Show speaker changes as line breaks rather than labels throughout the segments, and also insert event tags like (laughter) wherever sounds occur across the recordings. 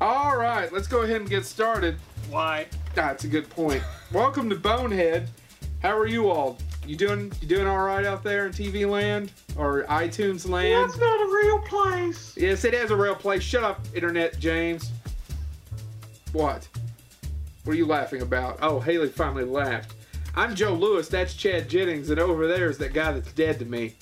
All right, let's go ahead and get started.
Why?
That's a good point. Welcome to Bonehead. How are you all? You doing you doing all right out there in TV land or iTunes land?
That's not a real place.
Yes, it is a real place. Shut up, Internet James. What? What are you laughing about? Oh, Haley finally laughed. I'm Joe Lewis. That's Chad Jennings, and over there is that guy that's dead to me.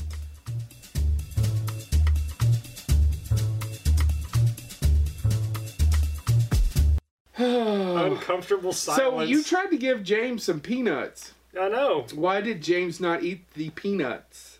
Uncomfortable
So
silence.
you tried to give James some peanuts.
I know.
Why did James not eat the peanuts?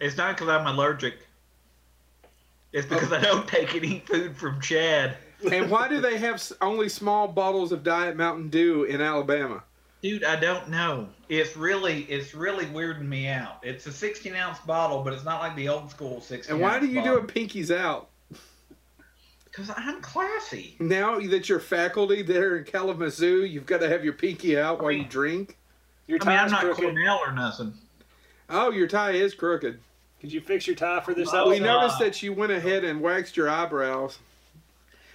It's not because I'm allergic.
Oh.
It's because I don't take and eat food from Chad.
And why do they have s- only small bottles of Diet Mountain Dew in Alabama?
Dude, I don't know. It's really, it's really weirding me out. It's a 16 ounce bottle, but it's not like the old school 16.
And why do you do a pinkies out?
Because I'm classy.
Now that you're faculty there in Kalamazoo, you've got to have your pinky out while you
mean-
drink.
Your
I mean, I'm
tie's
not
crooked.
Cornell or nothing.
Oh, your tie is crooked.
Could you fix your tie for this
Well,
We
Oh,
episode?
noticed
God.
that you went ahead and waxed your eyebrows.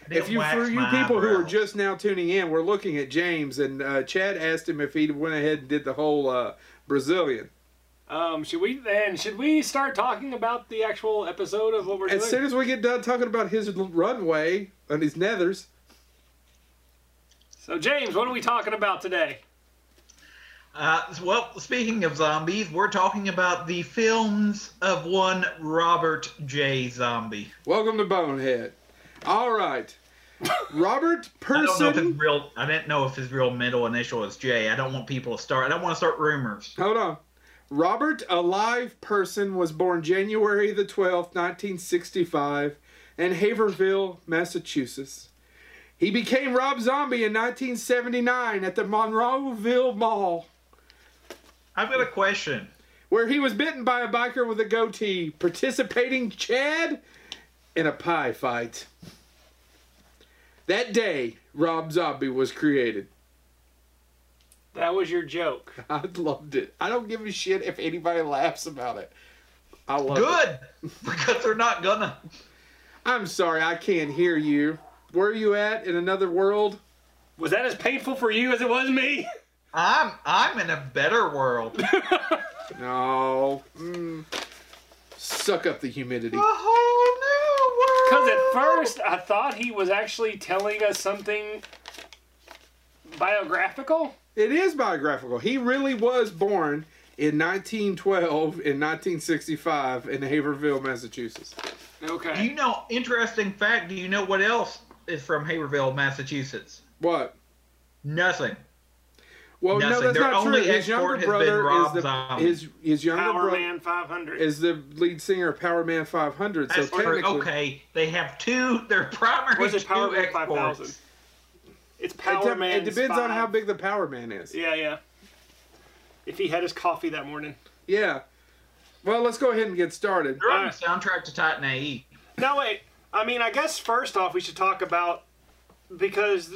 I
If
didn't
you
wax
for you
my
people who are
eyebrows.
just now tuning in, we're looking at James and uh, Chad asked him if he went ahead and did the whole uh, Brazilian.
Um, should we then? Should we start talking about the actual episode of what we're
As
doing?
soon as we get done talking about his l- runway and his nethers,
so James, what are we talking about today?
Uh, well, speaking of zombies, we're talking about the films of one Robert J. Zombie.
welcome to Bonehead. All right, Robert
(laughs) I don't know if his
Person.
real. I didn't know if his real middle initial is J. I don't want people to start. I don't want to start rumors.
Hold on. Robert Alive Person was born January the 12th, 1965, in Haverhill, Massachusetts. He became Rob Zombie in 1979 at the Monroeville Mall,
I've got a question.
where he was bitten by a biker with a goatee, participating Chad in a pie fight. That day, Rob Zombie was created.
That was your joke.
(laughs) I loved it. I don't give a shit if anybody laughs about it. I love it.
Good, (laughs) because they're not gonna.
I'm sorry, I can't hear you. Where are you at in another world?
Was that as painful for you as it
(laughs)
was me?
I'm I'm in a better world.
No. Mm. Suck up the humidity.
A whole
Because
new world.
at first I thought he was actually telling us something biographical.
It is biographical. He really was born in 1912 in 1965 in Haverhill, Massachusetts.
Do
Okay.
you know interesting fact? Do you know what else is from Haverhill, Massachusetts?
What?
Nothing.
Well, no,
Nothing.
that's
Their
not true.
only
His younger
export has
brother
been
is
Rob
the
Zombie.
his his younger
Power
brother
Man 500.
is the lead singer of Power Man 500.
That's
so
true.
technically,
Okay, they have two. Their primary
Or is it Power
two
Man 5000?
exports.
It's
it,
Power
de-
Man.
it depends on how
big.
big the Power Man is.
Yeah, yeah. If he had his coffee that morning.
Yeah. Well, let's go ahead and get started.
They're on the soundtrack to Titan E. AE.
No, wait. I mean, I guess first off, we should talk about because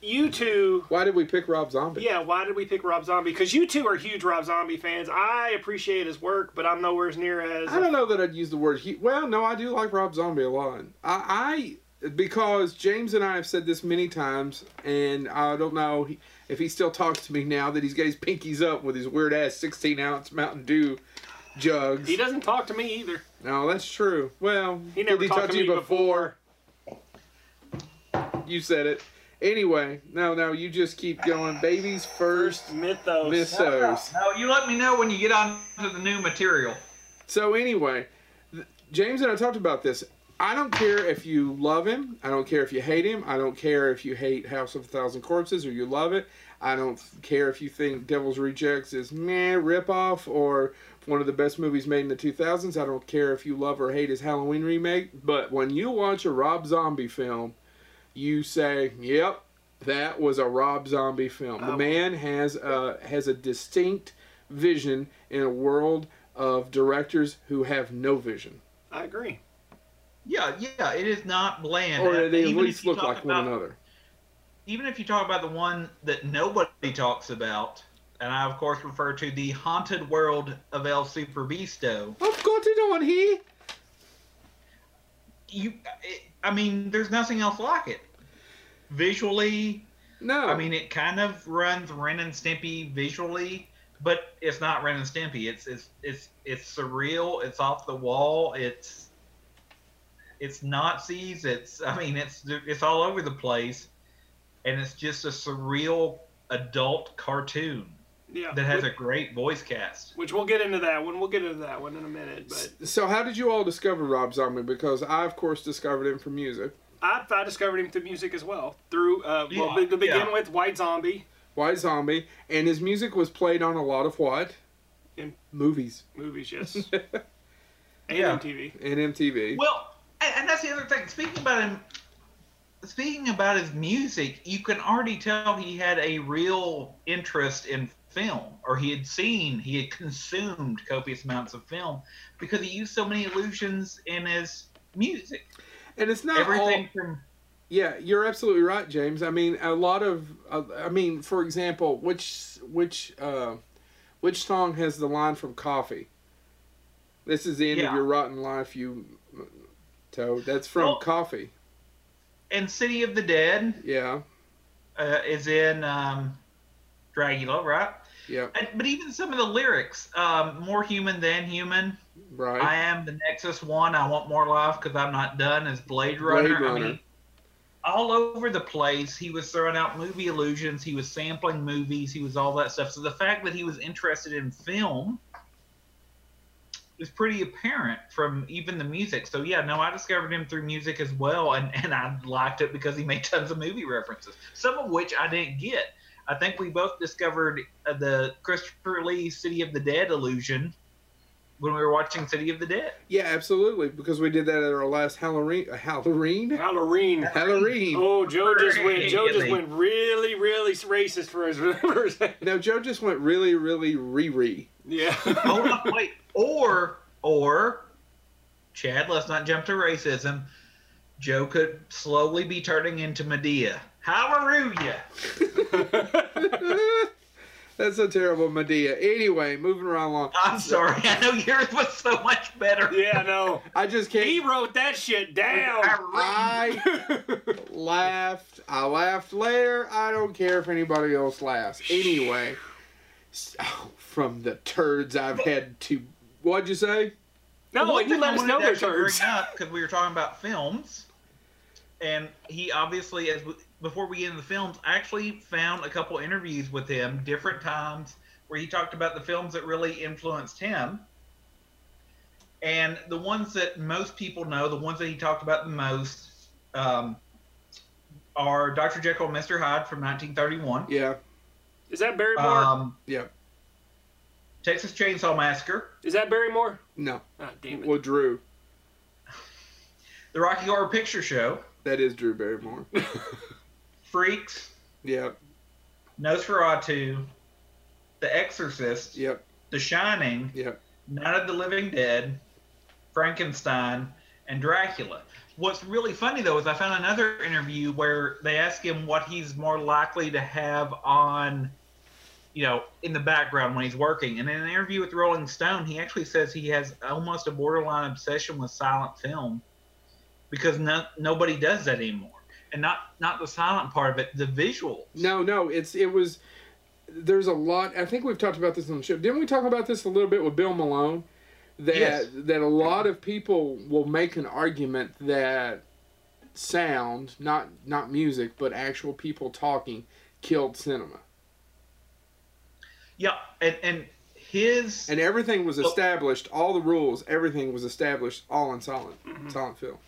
you two.
Why did we pick Rob Zombie?
Yeah, why did we pick Rob Zombie? Because you two are huge Rob Zombie fans. I appreciate his work, but I'm nowhere as near as.
I don't know that I'd use the word he. Well, no, I do like Rob Zombie a lot. I, I because James and I have said this many times, and I don't know he- if he still talks to me now that he's got his pinkies up with his weird ass sixteen ounce Mountain Dew jugs.
He doesn't talk to me either.
No, that's true. Well,
He never
did he
talked
talk
to
to you
me
before? You said it. Anyway, no, no, you just keep going. Babies first,
Mythos.
missos.
No, you let me know when you get on to the new material.
So anyway, th- James and I talked about this. I don't care if you love him. I don't care if you hate him. I don't care if you hate House of a Thousand Corpses or you love it. I don't f- care if you think Devil's Rejects is meh ripoff or one of the best movies made in the 2000s. I don't care if you love or hate his Halloween remake. But when you watch a Rob Zombie film, you say, "Yep, that was a Rob Zombie film." The
Um,
man has a has a distinct vision in a world of directors who have no vision,
I agree.
Yeah, yeah, it is not bland.
or they at
Even if
least
you
look
talk
like one
about-
another.
Even if you talk about the one that nobody talks about, and I of course refer to the haunted world of El Super Visto,
I've got it on here.
you, it, I mean, there's nothing else like it. Visually,
No,
I mean, it kind of runs Ren and Stimpy visually, but it's not Ren and Stimpy. It's it's it's it's surreal. It's off the wall. It's it's Nazis. It's I mean, it's it's all over the place, and it's just a surreal adult cartoon
Yeah.
that has
which,
a great voice cast.
which we'll get into that one. We'll get into that one in a minute. But
so how did you all discover Rob Zombie? Because I, of course, discovered him from music.
I, I discovered him through music as well. Through uh, well,
Yeah,
to begin
yeah.
with, White Zombie
White Zombie, and his music was played on a lot of what
In-
movies
movies, yes,
and
and
Yeah.
MTV.
MTV.
Well, and, and that's the other thing. Speaking about him, speaking about his music, you can already tell he had a real interest in film, or he had seen, he had consumed copious amounts of film because he used so many illusions in his music.
and it's not all.
Everything from
Yeah, you're absolutely right, James. I mean, a lot of, uh, I mean, for example, which which uh, which song has the line from Coffee? This is the end of
Yeah.
your rotten life, you uh, toad. That's from
Well-
Coffee.
and City of the Dead
Yeah,
uh, is in um, Dragula, right?
yeah,
And, but even some of the lyrics, um, more human than human.
right.
I am the Nexus One. I want more life because I'm not done as Blade Runner.
Blade
I
Runner.
mean, all over the place. He was throwing out movie illusions. He was sampling movies. He was all that stuff. So the fact that he was interested in film is pretty apparent from even the music. So yeah, no, I discovered him through music as well, and and I liked it because he made tons of movie references, some of which I didn't get. I think we both discovered uh, the Christopher Lee City of the Dead illusion when we were watching City of the Dead.
yeah, absolutely, because we did that at our last Halloween. uh,
(laughs)
Halloween.
Halloween.
Halloween.
Oh, Joe just went. Joe just went really, really racist for his (laughs) numbers.
Now Joe just went really, really re re.
yeah.
Hold on, Oh, wait. Or, or, Chad, let's not jump to racism. Joe could slowly be turning into Medea. Hallelujah.
(laughs) That's a terrible Medea. Anyway, moving right along.
I'm sorry. I know yours was so much better.
(laughs) yeah. No.
I just can't.
He wrote that shit
I
down.
really-
(laughs) I laughed. I laughed later. I don't care if anybody else laughs. Anyway, so, from the turds I've had to. What'd you say?
No,
One
you
thing
let
I
us
wanted
know
to
their
actually
turns.
Bring up because we were talking about films, and he obviously, as we, before we get into the films, I actually found a couple interviews with him, different times where he talked about the films that really influenced him, and the ones that most people know, the ones that he talked about the most, um, are Dr. Jekyll and Mr. Hyde from 1931.
Yeah.
Is that Barrymore?
Um,
Yeah.
Texas Chainsaw Massacre,
Is that Barrymore?
No.
Ah, damn it.
Well, Drew.
The Rocky Horror Picture Show,
That is Drew Barrymore.
Freaks,
Yep.
Nosferatu, The Exorcist,
Yep.
The Shining,
Yep.
Night of the Living Dead, Frankenstein, and Dracula. What's really funny though is I found another interview where they ask him what he's more likely to have on, you know, in the background when he's working. And in an interview with Rolling Stone, he actually says he has almost a borderline obsession with silent film because no, nobody does that anymore. And not not the silent part of it, the visual.
No, no. It's it was. There's a lot. I think we've talked about this on the show. Didn't we talk about this a little bit with Bill Malone? That
Yes.
that a lot of people will make an argument that sound, not not music, but actual people talking, killed cinema.
Yeah, and and his
And everything was
Well-
established, all the rules, everything was established all in silent
Mm-hmm,
silent film.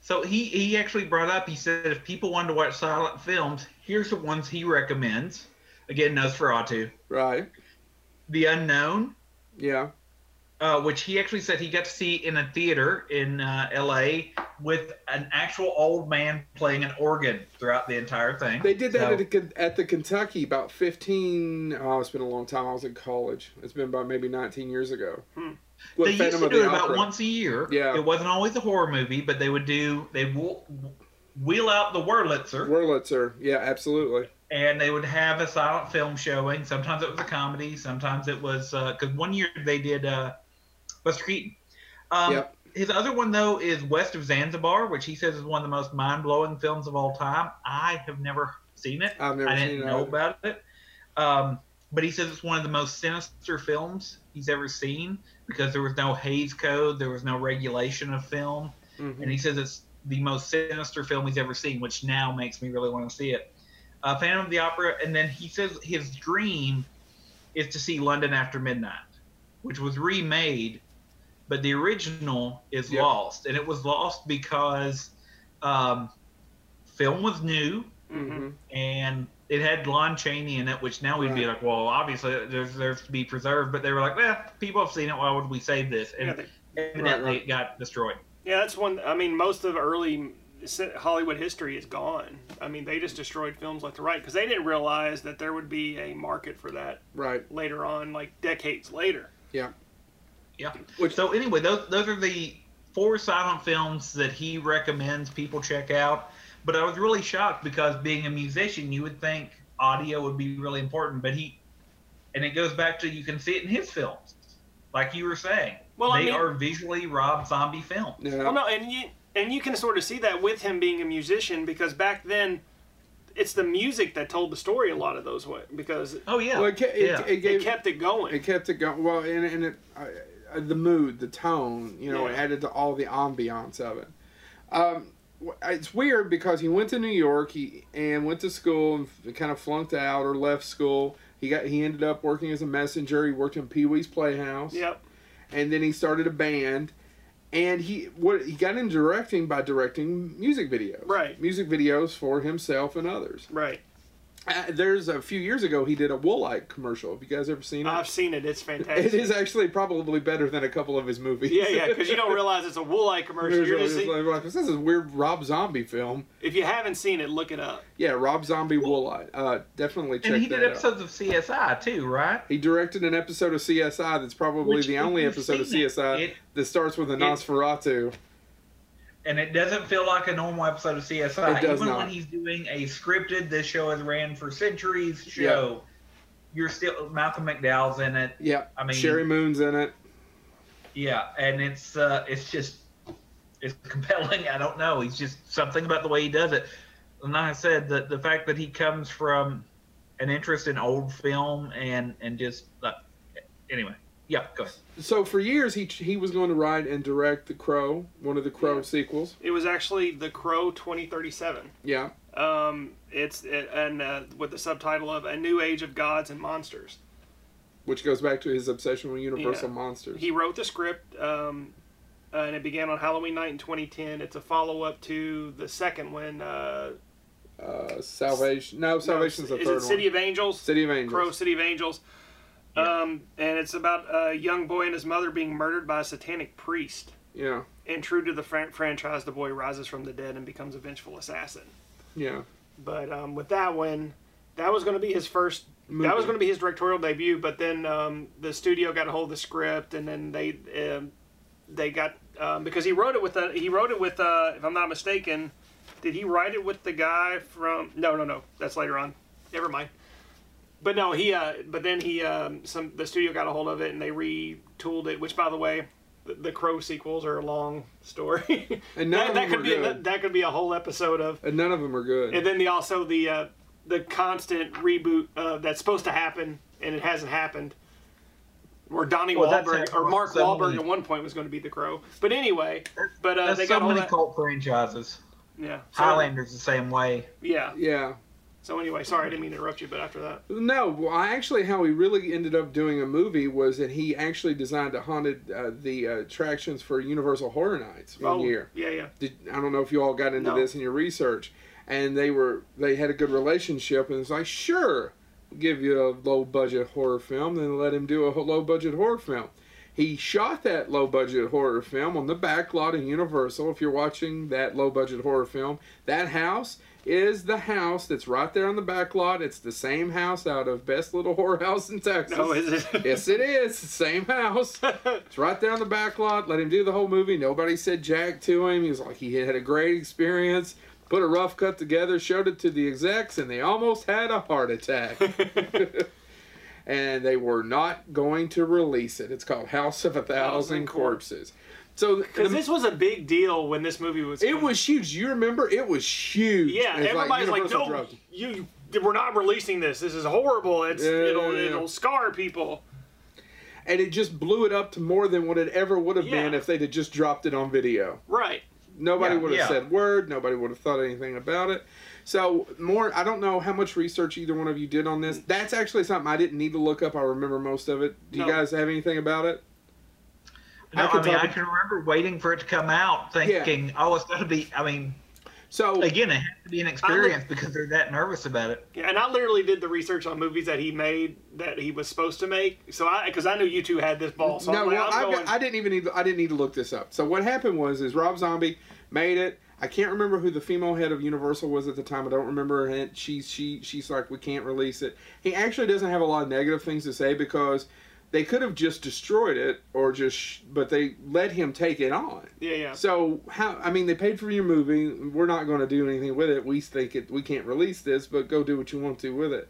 So he, he actually brought up, he said, if people wanted to watch silent films, here's the ones he recommends. Again, Nosferatu,
Right.
The Unknown,
Yeah.
uh, which he actually said he got to see in a theater in uh, LA with an actual old man playing an organ throughout the entire thing.
They did that
So-
at, the, Ken- at the Kentucky about 15 oh, it's been a long time. I was in college. It's been about maybe 19 years ago.
Hmm.
With
they used
Phantom
to
of
do
the
it about
Opera.
once a year.
Yeah.
It wasn't always a horror movie, but they would do, they wheel, wheel out the Wurlitzer.
Wurlitzer. Yeah, absolutely.
and they would have a silent film showing. Sometimes it was a comedy, sometimes it was because one year they did uh, Buster uh, Keaton. Um,
Yep.
his other one though is West of Zanzibar, which he says is one of the most mind blowing films of all time. I have never seen it.
I've never
I
seen
didn't
it
know
either.
about it. Um, but he says it's one of the most sinister films he's ever seen because there was no Hayes Code, there was no regulation of film,
Mhm.
and he says it's the most sinister film he's ever seen, which now makes me really want to see it. Uh, Phantom of the Opera, and then he says his dream is to see London After Midnight, which was remade, but the original is
Yeah.
lost, and it was lost because um, film was new
mm-hmm.
Mhm.
and it had Lon Chaney in it, which now we'd be
Right.
like, well, obviously it deserves to be preserved, but they were like, well, people have seen it, why would we save this?
Yeah,
And
they-
evidently
right.
it got destroyed.
yeah, that's one. I mean, most of early Hollywood history is gone. I mean, they just destroyed films left to right because they didn't realize that there would be a market for that
Right.
later on, like decades later.
Yeah.
Yeah.
Which-
so anyway, those those are the four silent films that he recommends people check out. But I was really shocked because being a musician, you would think audio would be really important, but he and it goes back to you can see it in his films, like you were saying.
Well, I
they
mean-
are visually Rob Zombie films.
Yeah.
Well, no, and you and you can sort of see that with him being a musician because back then, it's the music that told the story a lot of those way because
Oh yeah,
Well, it, ca- it,
yeah.
it
it
gave
kept it going.
It kept it going. Well, and, and it, uh, uh, the mood, the tone, you know,
Yeah.
added to all the ambiance of it. Um, w- it's weird because he went to New York he, and went to school and f- kind of flunked out or left school. He got he ended up working as a messenger. He worked in Pee Wee's Playhouse,
Yep.
and then he started a band. And he what he got into directing by directing music videos,
Right.
Music videos for himself and others.
Right.
Uh, there's a few years ago he did a Woolite commercial. Have you guys ever seen it?
I've seen it. It's fantastic.
It is actually probably better than a couple of his movies.
(laughs) Yeah, yeah, because you don't realize it's a Woolite
(laughs)
commercial.
There's
You're
always
just,
like, like, this is a weird Rob Zombie film.
if you haven't seen it, look it up.
Yeah, Rob Zombie Woolite. Uh, definitely check
and he
that
did
out.
episodes of CSI too, right?
He directed an episode of CSI that's probably
Which,
the
if
only
you've
episode of
seen it,
CSI
it-
that starts with a Nosferatu.
and it doesn't feel like a normal episode of CSI.
It does
Even
not.
when he's doing a scripted, this show has ran for centuries show, you're still Malcolm McDowell's in it.
Yeah,
I mean,
Sherry Moon's in it.
yeah, and it's uh, it's just it's compelling. I don't know. He's just something about the way he does it. And like I said, the the fact that he comes from an interest in old film and and just uh, anyway, yeah, go ahead.
So for years he he was going to write and direct The Crow, one of the Crow
Yeah.
sequels.
It was actually The Crow 2037.
Yeah,
Um, it's it, and uh, with the subtitle of A New Age of Gods and Monsters.
which goes back to his obsession with Universal monsters.
He wrote the script, um, uh, and it began on Halloween night in 2010. It's a follow up to the second one. Uh,
uh, Salvation. No, Salvation's
no,
the
is
third
it City
one.
of Angels?
City of Angels.
Crow City of Angels.
Yeah.
Um, and it's about a young boy and his mother being murdered by a satanic priest.
Yeah,
And true to the fran- franchise, the boy rises from the dead and becomes a vengeful assassin.
yeah.
But um, with that one, that was going to be his first.
Movie.
That was going to be his directorial debut. But then um, the studio got a hold of the script, and then they um, they got um, because he wrote it with a, he wrote it with uh, if I'm not mistaken, did he write it with the guy from? No, no, no. That's later on. Never mind. But no, he. Uh, but then he. Um, some the studio got a hold of it and they retooled it. Which, by the way, the, the Crow sequels are a long story. (laughs)
And none
that,
of
that
them
could
were
be a,
good.
that could be a whole episode of
And none of them are good.
and then the also the uh, the constant reboot uh, that's supposed to happen and it hasn't happened. Where Donnie
Well, that's
Wahlberg
how-
or Mark
so
Wahlberg
many-
at one point was going to be the Crow, but anyway, but uh,
That's
they
so
got all
many
that.
cult franchises.
Yeah, so,
Highlander's the same way.
Yeah.
yeah.
So anyway, sorry I didn't mean to interrupt you, but after that,
No, well, I actually, how he really ended up doing a movie was that he actually designed a haunted uh, the uh, attractions for Universal Horror Nights one
oh,
year.
yeah,
(laughs)
yeah,
Did, I don't know if you all got into
No.
this in your research, and they were they had a good relationship, and it's like sure, we'll give you a low budget horror film, then let him do a low budget horror film. He shot that low budget horror film on the back lot in Universal. If you're watching that low budget horror film, that house is the house that's right there on the back lot. It's the same house out of Best Little Horror House in Texas.
no, is it?
Yes, it is. Same house. It's right there in the back lot. Let him do the whole movie. Nobody said jack to him. He was like, he had a great experience. Put a rough
(laughs)
cut together, showed it to the execs, and they almost had a heart attack. and they were not going to release it. It's called House of a Thousand
Thousand Corp-
Corpses. So the-
Because this was a big deal when this movie was.
it
coming.
was huge. You remember? It was huge.
Yeah,
It's
everybody's like,
Universal
no,
dropped it.
you, you, we're not releasing this. This is horrible. It's
Yeah, yeah,
it'll
yeah.
it'll scar people.
and it just blew it up to more than what it ever would have been
Yeah.
if they'd have just dropped it on video.
Right.
Nobody
Yeah,
would have
yeah.
said word. Nobody would have thought anything about it. So more, I don't know how much research either one of you did on this. That's actually something I didn't need to look up. I remember most of it. Do you
No.
guys have anything about it?
No,
I
I,
can
mean,
talk-
I can remember waiting for it to come out, thinking, "Oh, it's gonna be." I mean,
So
again, it has to be an experience because they're that nervous about it.
Yeah, and I literally did the research on movies that he made that he was supposed to make. So I because I knew you two had this ball. So
no,
I'm like,
well,
I'm
I've got- i
going,
didn't even need. I didn't need to look this up. So what happened was, is Rob Zombie made it. I can't remember who the female head of Universal was at the time. I don't remember. And she, she, she's like, we can't release it. He actually doesn't have a lot of negative things to say because they could have just destroyed it or just, sh- but they let him take it on.
yeah, yeah.
So how? I mean, they paid for your movie. We're not going to do anything with it. We think it. We can't release this, but go do what you want to with it.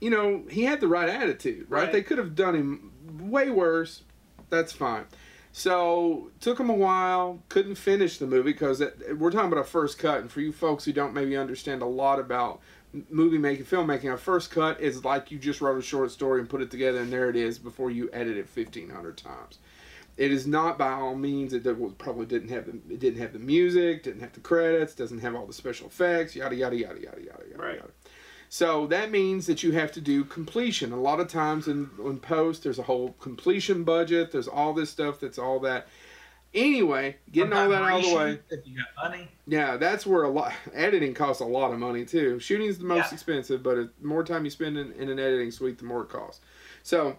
You know, he had the right attitude, right?
Right.
They could have done him way worse. That's fine. So took him a while. Couldn't finish the movie because we're talking about a first cut. And for you folks who don't maybe understand a lot about m- movie making, filmmaking, a first cut is like you just wrote a short story and put it together, and there it is before you edit it fifteen hundred times it is not by all means it did- probably didn't have the it didn't have the music didn't have the credits doesn't have all the special effects yada yada yada yada yada yada
Right.
yada so that means that you have to do completion a lot of times in, in post there's a whole completion budget there's all this stuff that's all that anyway getting all that out of the way
Preparation, If you got money,
yeah, that's where a lot editing costs a lot of money too. Shooting's the most
Yeah.
expensive, but the more time you spend in, in an editing suite, the more it costs. So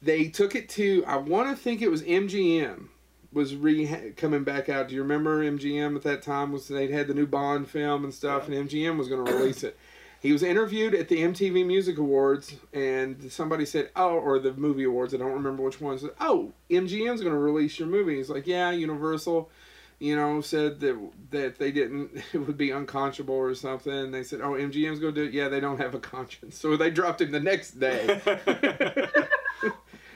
they took it to I want to think it was MGM was re coming back out. Do you remember MGM at that time was they'd had the new Bond film and stuff, and MGM was going to release it. He was interviewed at the MTV Music Awards, and somebody said, "Oh," or the movie awards. I don't remember which one. Said, "Oh, MGM's going to release your movie." He's like, "Yeah, Universal." you know, said that that they didn't (laughs) it would be unconscionable or something. And they said, "Oh, MGM's going to do it." Yeah, they don't have a conscience, (laughs) so they dropped him the next day.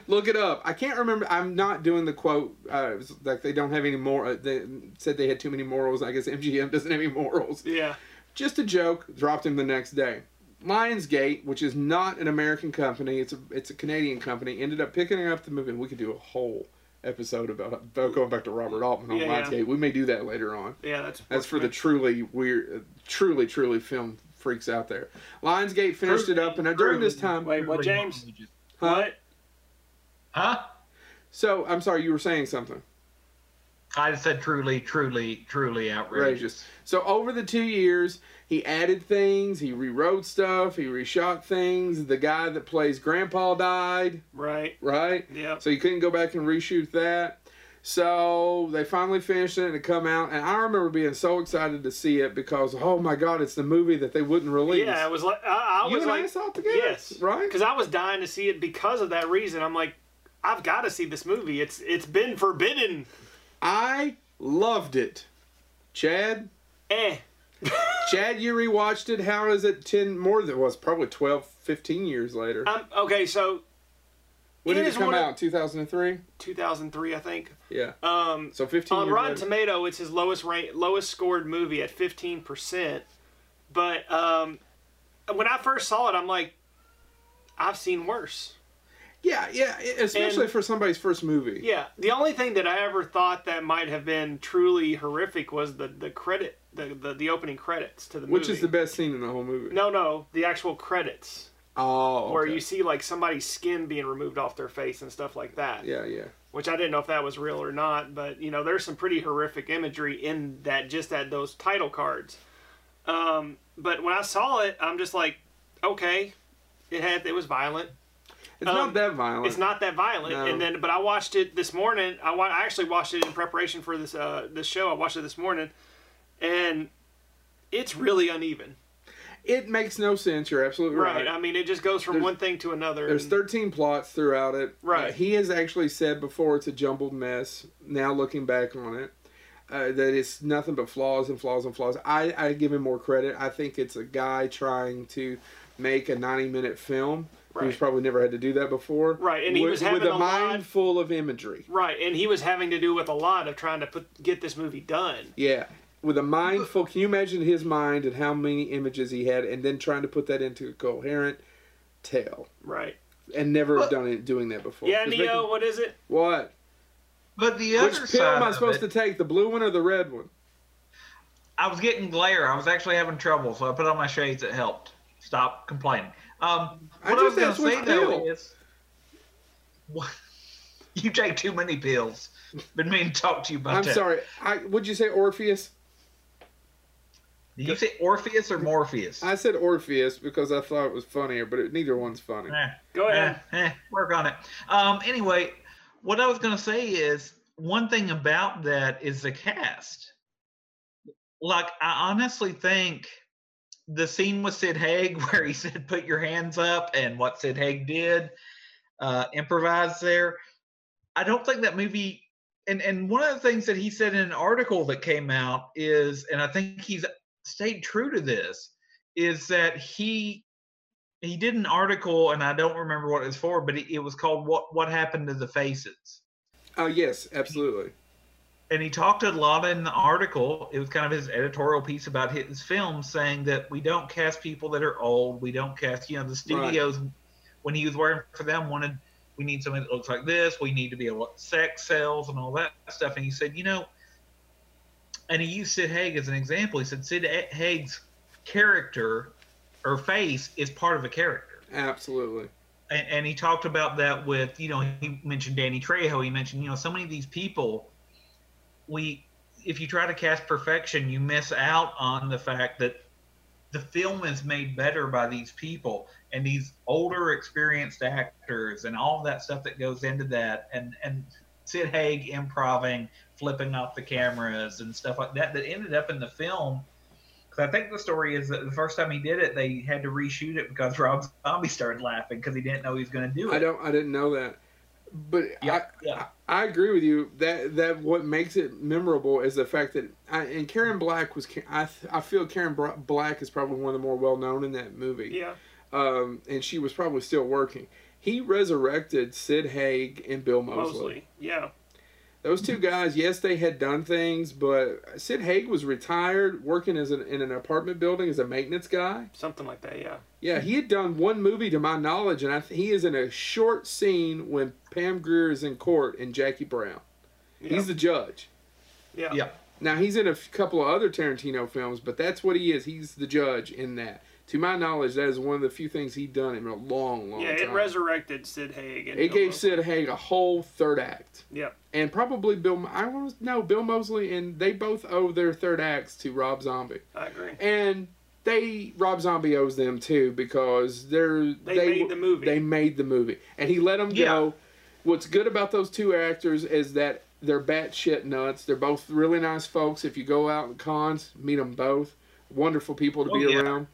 Look it up. I can't remember. I'm not doing the quote. Uh, it was like they don't have any more. Uh, they said they had too many morals. I guess MGM (laughs) doesn't have any morals.
(laughs) yeah.
Just a joke. Dropped him the next day. Lionsgate, which is not an American company, it's a it's a Canadian company, ended up picking up the movie. And we could do a whole episode about, about going back to Robert Altman on
Yeah, yeah.
Lionsgate. We may do that later on.
Yeah, that's
That's for the truly weird, uh, truly truly film freaks out there. Lionsgate finished it up, and during this time,
Wait, what,
Really
James?
wanted to just-
huh?
What?
Huh?
So I'm sorry, you were saying something.
I just said truly, truly, truly outrageous.
So over the two years, he added things, he rewrote stuff, he reshot things. The guy that plays Grandpa died,
Right.
right?
Yeah.
So you couldn't go back and reshoot that. So they finally finished it and it come out, and I remember being so excited to see it because oh my god, it's the movie that they wouldn't release.
Yeah, it was like I, I
you
was
and I
like,
saw it together,
yes,
right?
Because I was dying to see it because of that reason. I'm like, I've got to see this movie. It's it's been forbidden.
I loved it. Chad,
Eh.
Chad, you rewatched it. How is it 10 more than was probably 12, 15 years later?
I'm, okay, so
When
Uh, it
did it
is
come
one of-
out? 2003?
2003, I think.
Yeah.
Um,
So 15
on
years
Rotten
later.
Tomato, it's his lowest rate, lowest scored movie at 15%. But um, when I first saw it, I'm like, I've seen worse.
yeah, yeah, e- especially
And-
for somebody's first movie.
Yeah, the only thing that I ever thought that might have been truly horrific was the the credit, the the, the opening credits to the movie.
Which is the best scene in the whole movie?
No, no, the actual credits
Oh,
where
okay.
you see like somebody's skin being removed off their face and stuff like that.
Yeah, yeah.
Which I didn't know if that was real or not, but you know, there's some pretty horrific imagery in that just at those title cards. Um, but when I saw it, I'm just like, okay, it had it was violent.
It's
Um,
not that violent.
It's not that violent.
No.
And then, but I watched it this morning. I, wa- I actually watched it in preparation for this uh, this show. I watched it this morning, and it's really uneven.
It makes no sense. You're absolutely
Right. um,
right.
I mean, it just goes from
There's-
one thing to another.
There's
and-
13 plots throughout it.
Right.
Uh, he has actually said before it's a jumbled mess. Now looking back on it, uh, that it's nothing but flaws and flaws and flaws. I, I give him more credit. I think it's a guy trying to make a 90 minute film He's
right,
probably never had to do that before.
Right, and he
with,
was
with
having
a,
a lot-
mind full of imagery.
right, and he was having to do with a lot of trying to put get this movie done.
Yeah, with a mind full. Can you imagine his mind and how many images he had, and then trying to put that into a coherent tale,
Right.
and never
Well-
done it, doing that before.
Yeah,
Just
Neo.
making-
what is it?
What?
But the
Which
other
pill
side
am I
of
supposed
it-
to take? The blue one or the red one?
I was getting glare. I was actually having trouble, so I put on my shades. It helped. Stop complaining. Um,
I
what I,
just
was going
asked
to say
which
though
pill.
is, (laughs) what, you take too many pills. Been meaning to talk to you about
I'm
that.
sorry. I would you say Orpheus?
Did you say Orpheus or Morpheus?
I said Orpheus because I thought it was funnier, but it, neither one's funny.
Eh.
Go ahead.
Eh, eh, work on it. Um, anyway, what I was going to say is one thing about that is the cast. Like, I honestly think the scene with Sid Haig (laughs) where he said, put your hands up, and what Sid Haig did, uh, improvise there. I don't think that movie. And, and one of the things that he said in an article that came out is, and I think he's stayed true to this, is that he he did an article and I don't remember what it was for, but it, it was called "What What Happened to the Faces,"
Oh yes, absolutely.
and he talked a lot in the article. It was kind of his editorial piece about his film, saying that we don't cast people that are old. We don't cast, you know, the studios when he was working for them wanted we need something that looks like this. We need to be able to sex cells and all that stuff. And he said, you know, and he used Sid Haig as an example. He said Sid Haig's character or face is part of a character.
Absolutely.
and, and he talked about that with you know he mentioned Danny Trejo. He mentioned you know so many of these people. We, if you try to cast perfection, you miss out on the fact that the film is made better by these people and these older, experienced actors and all that stuff that goes into that. And and Sid Haig improving, flipping off the cameras and stuff like that that ended up in the film. Because I think the story is that the first time he did it, they had to reshoot it because (laughs) Rob Zombie started laughing because he didn't know he was going to do it.
I don't. I didn't know that. But I,
Yeah, yeah.
I agree with you that that what makes it memorable is the fact that I, and Karen Black was Ka- I th- I feel Karen Bra- Black is probably one of the more well known in that movie.
Yeah.
Um, and she was probably still working. He resurrected Sid Haig and Bill Mosley.
Mostly. Yeah.
Those two guys, yes, they had done things, but Sid Haig was retired, working as an, in an apartment building as a maintenance guy.
Something like that. Yeah.
Yeah, he had done one movie to my knowledge, and I th- he is in a short scene when Pam Grier is in court and Jackie Brown.
Yeah.
He's the judge.
yeah.
Yeah.
Now he's in a f- couple of other Tarantino films, but that's what he is. He's the judge in that. To my knowledge, that is one of the few things he'd done in a long, long
Yeah,
time.
it resurrected Sid Haig. and
It
Bill
gave
Mosley.
Sid Haig a whole third act,
Yep.
and probably Bill. I was no Bill Mosley, and they both owe their third acts to Rob Zombie,
I agree.
and they Rob Zombie owes them too because they're
They made the movie.
They made the movie, and he let them
Yeah.
go. What's good about those two actors is that they're batshit nuts. They're both really nice folks. If you go out in cons, meet them both. Wonderful people to
Oh,
be
yeah.
around.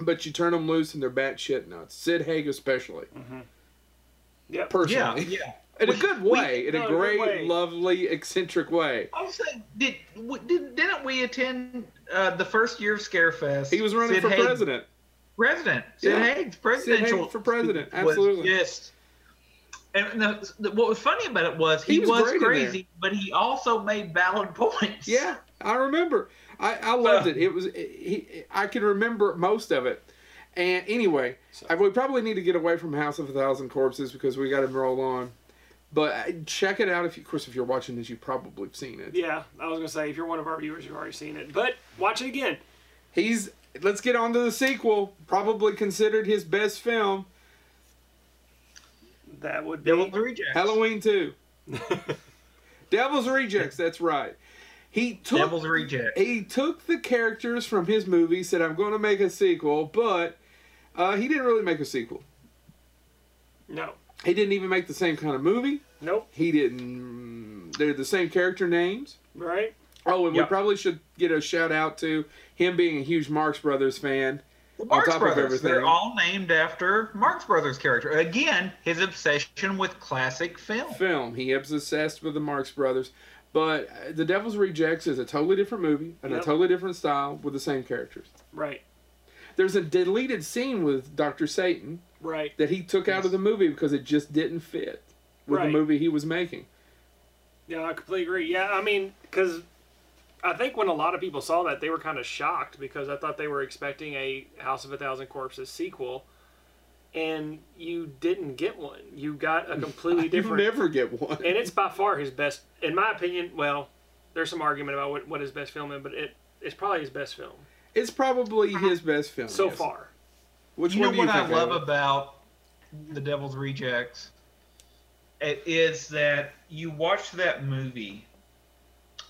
But you turn them loose and they're batshit nuts. Sid Haig especially,
Mm-hmm. Yep.
Yeah,
personally,
yeah.
(laughs) in a good way, in
no,
a
good
great,
way.
lovely, eccentric way.
I was saying, did, w- did didn't we attend uh, the first year of Scarefest?
He was running
Sid
for
Haig-
president.
President. Sid
Yeah.
Haig's presidential.
for president,
speech was
absolutely.
Just, and the, the- what was funny about it was he,
He was
was,
great in there.
crazy, but he also made valid (laughs) points.
Yeah, I remember. I, I loved
Uh.
it. It was. He, I can remember most of it. And anyway, I, we probably need to get away from House of a Thousand Corpses because we got to roll on. But uh, check it out if you, of course, if you're watching this, you've probably seen it.
Yeah, I was gonna say if you're one of our viewers, you've already seen it, but watch it again.
He's. Let's get on to the sequel. Probably considered his best film,
That would be.
Devil's Rejects.
Halloween Two. Devil's Rejects. That's right. He took
Devil's Rejects.
he took the characters from his movie, said, "I'm going to make a sequel," but uh, he didn't really make a sequel.
No,
He didn't even make the same kind of movie.
nope,
He didn't. mm, They're the same character names.
right?
Oh, and
Yeah.
we probably should get a shout out to him being a huge Marx Brothers fan.
The
top
Marx
of
Brothers. They're
everything.
all named after Marx Brothers character. Again, his obsession with classic film.
Film. He is obsessed with the Marx Brothers. But uh, The Devil's Rejects is a totally different movie and a
Yep.
totally different style with the same characters.
Right.
There's a deleted scene with Dr. Satan
Right.
that he took out of the movie because it just didn't fit with
Right.
the movie he was making.
Yeah, I completely agree. Yeah, I mean, because I think when a lot of people saw that, they were kind of shocked because I thought they were expecting a House of a Thousand Corpses sequel, and you didn't get one. You got a
(laughs)
completely
You
different.
never get one.
and it's by far his best, in my opinion. Well, there's some argument about what, what his best film is, but it it's probably his best film
It's probably his best film
so
yes.
far.
Which
you know
one do you
what I
think?
love
Adam?
about The Devil's Rejects? It is that you watch that movie.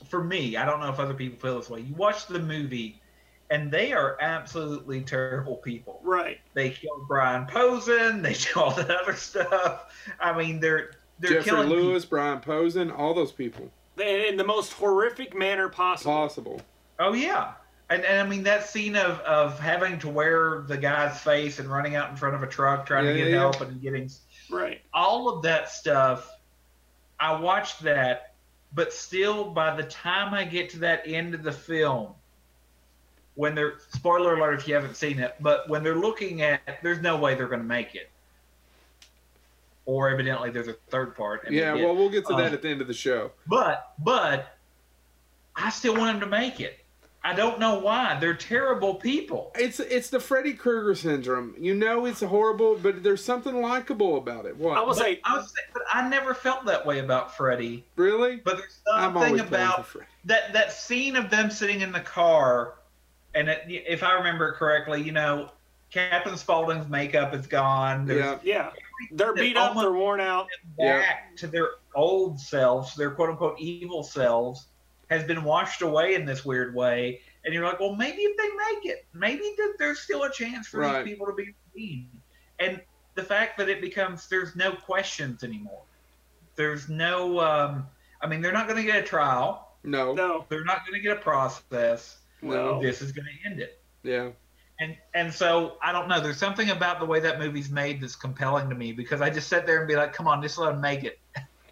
For me, I don't know if other people feel this way. You watch the movie, and they are absolutely terrible people.
Right.
They killed Brian Posen. (laughs) They do all that other stuff. I mean, they're they're
Jeffrey
killing people.
Lewis, Brian Posen, all those people
And in the most horrific manner possible.
possible.
Oh yeah, and and I mean that scene of of having to wear the guy's face and running out in front of a truck trying
Yeah,
to get
yeah, yeah.
help and getting
Right.
all of that stuff. I watched that, but still, by the time I get to that end of the film, when they're spoiler alert if you haven't seen it, but when they're looking at, there's no way they're going to make it. Or evidently, there's a third part. and they
Yeah,
did.
well, we'll get to that
Uh,
at the end of the show.
But but I still want him to make it. I don't know why. They're terrible people.
It's it's the Freddy Krueger syndrome. You know it's horrible, but there's something likable about it. What?
I will say.
I was, but I never felt that way about Freddy.
really?
But there's
I'm always
something
pulling for
Uh, about
Freddy.
that that scene of them sitting in the car, and it, if I remember it correctly, you know, Captain Spaulding's makeup is gone. There's
Yeah,
Yeah. They're
They're
beat up.
almost-
They're worn out.
Yeah.
back to their old selves, their quote unquote evil selves, has been washed away in this weird way. And you're like, well, maybe if they make it, maybe th- there's still a chance for
Right.
these people to be redeemed. And the fact that it becomes there's no questions anymore. There's no, um, I mean, they're not going to get a trial.
no,
No.
They're not going to get a process.
No.
This is going to end it.
yeah.
And and so I don't know. There's something about the way that movie's made that's compelling to me because I just sit there and be like, come on, just let them make it.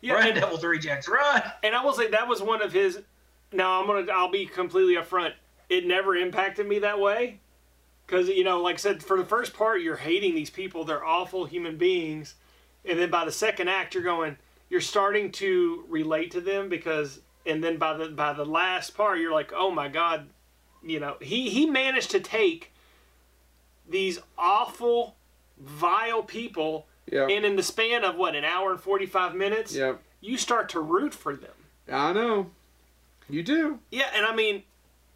Yeah.
run,
and-
Devil's Rejects, run!
And I will say that was one of his. Now I'm gonna. I'll be completely upfront. It never impacted me that way, because you know, like I said, for the first part, you're hating these people. They're awful human beings, and then by the second act, you're going. You're starting to relate to them because, and then by the by the last part, you're like, oh my god, you know, he he managed to take these awful, vile people,
Yeah.
and in the span of what an hour and forty five minutes,
yeah.
you start to root for them.
I know. You do.
Yeah, and I mean,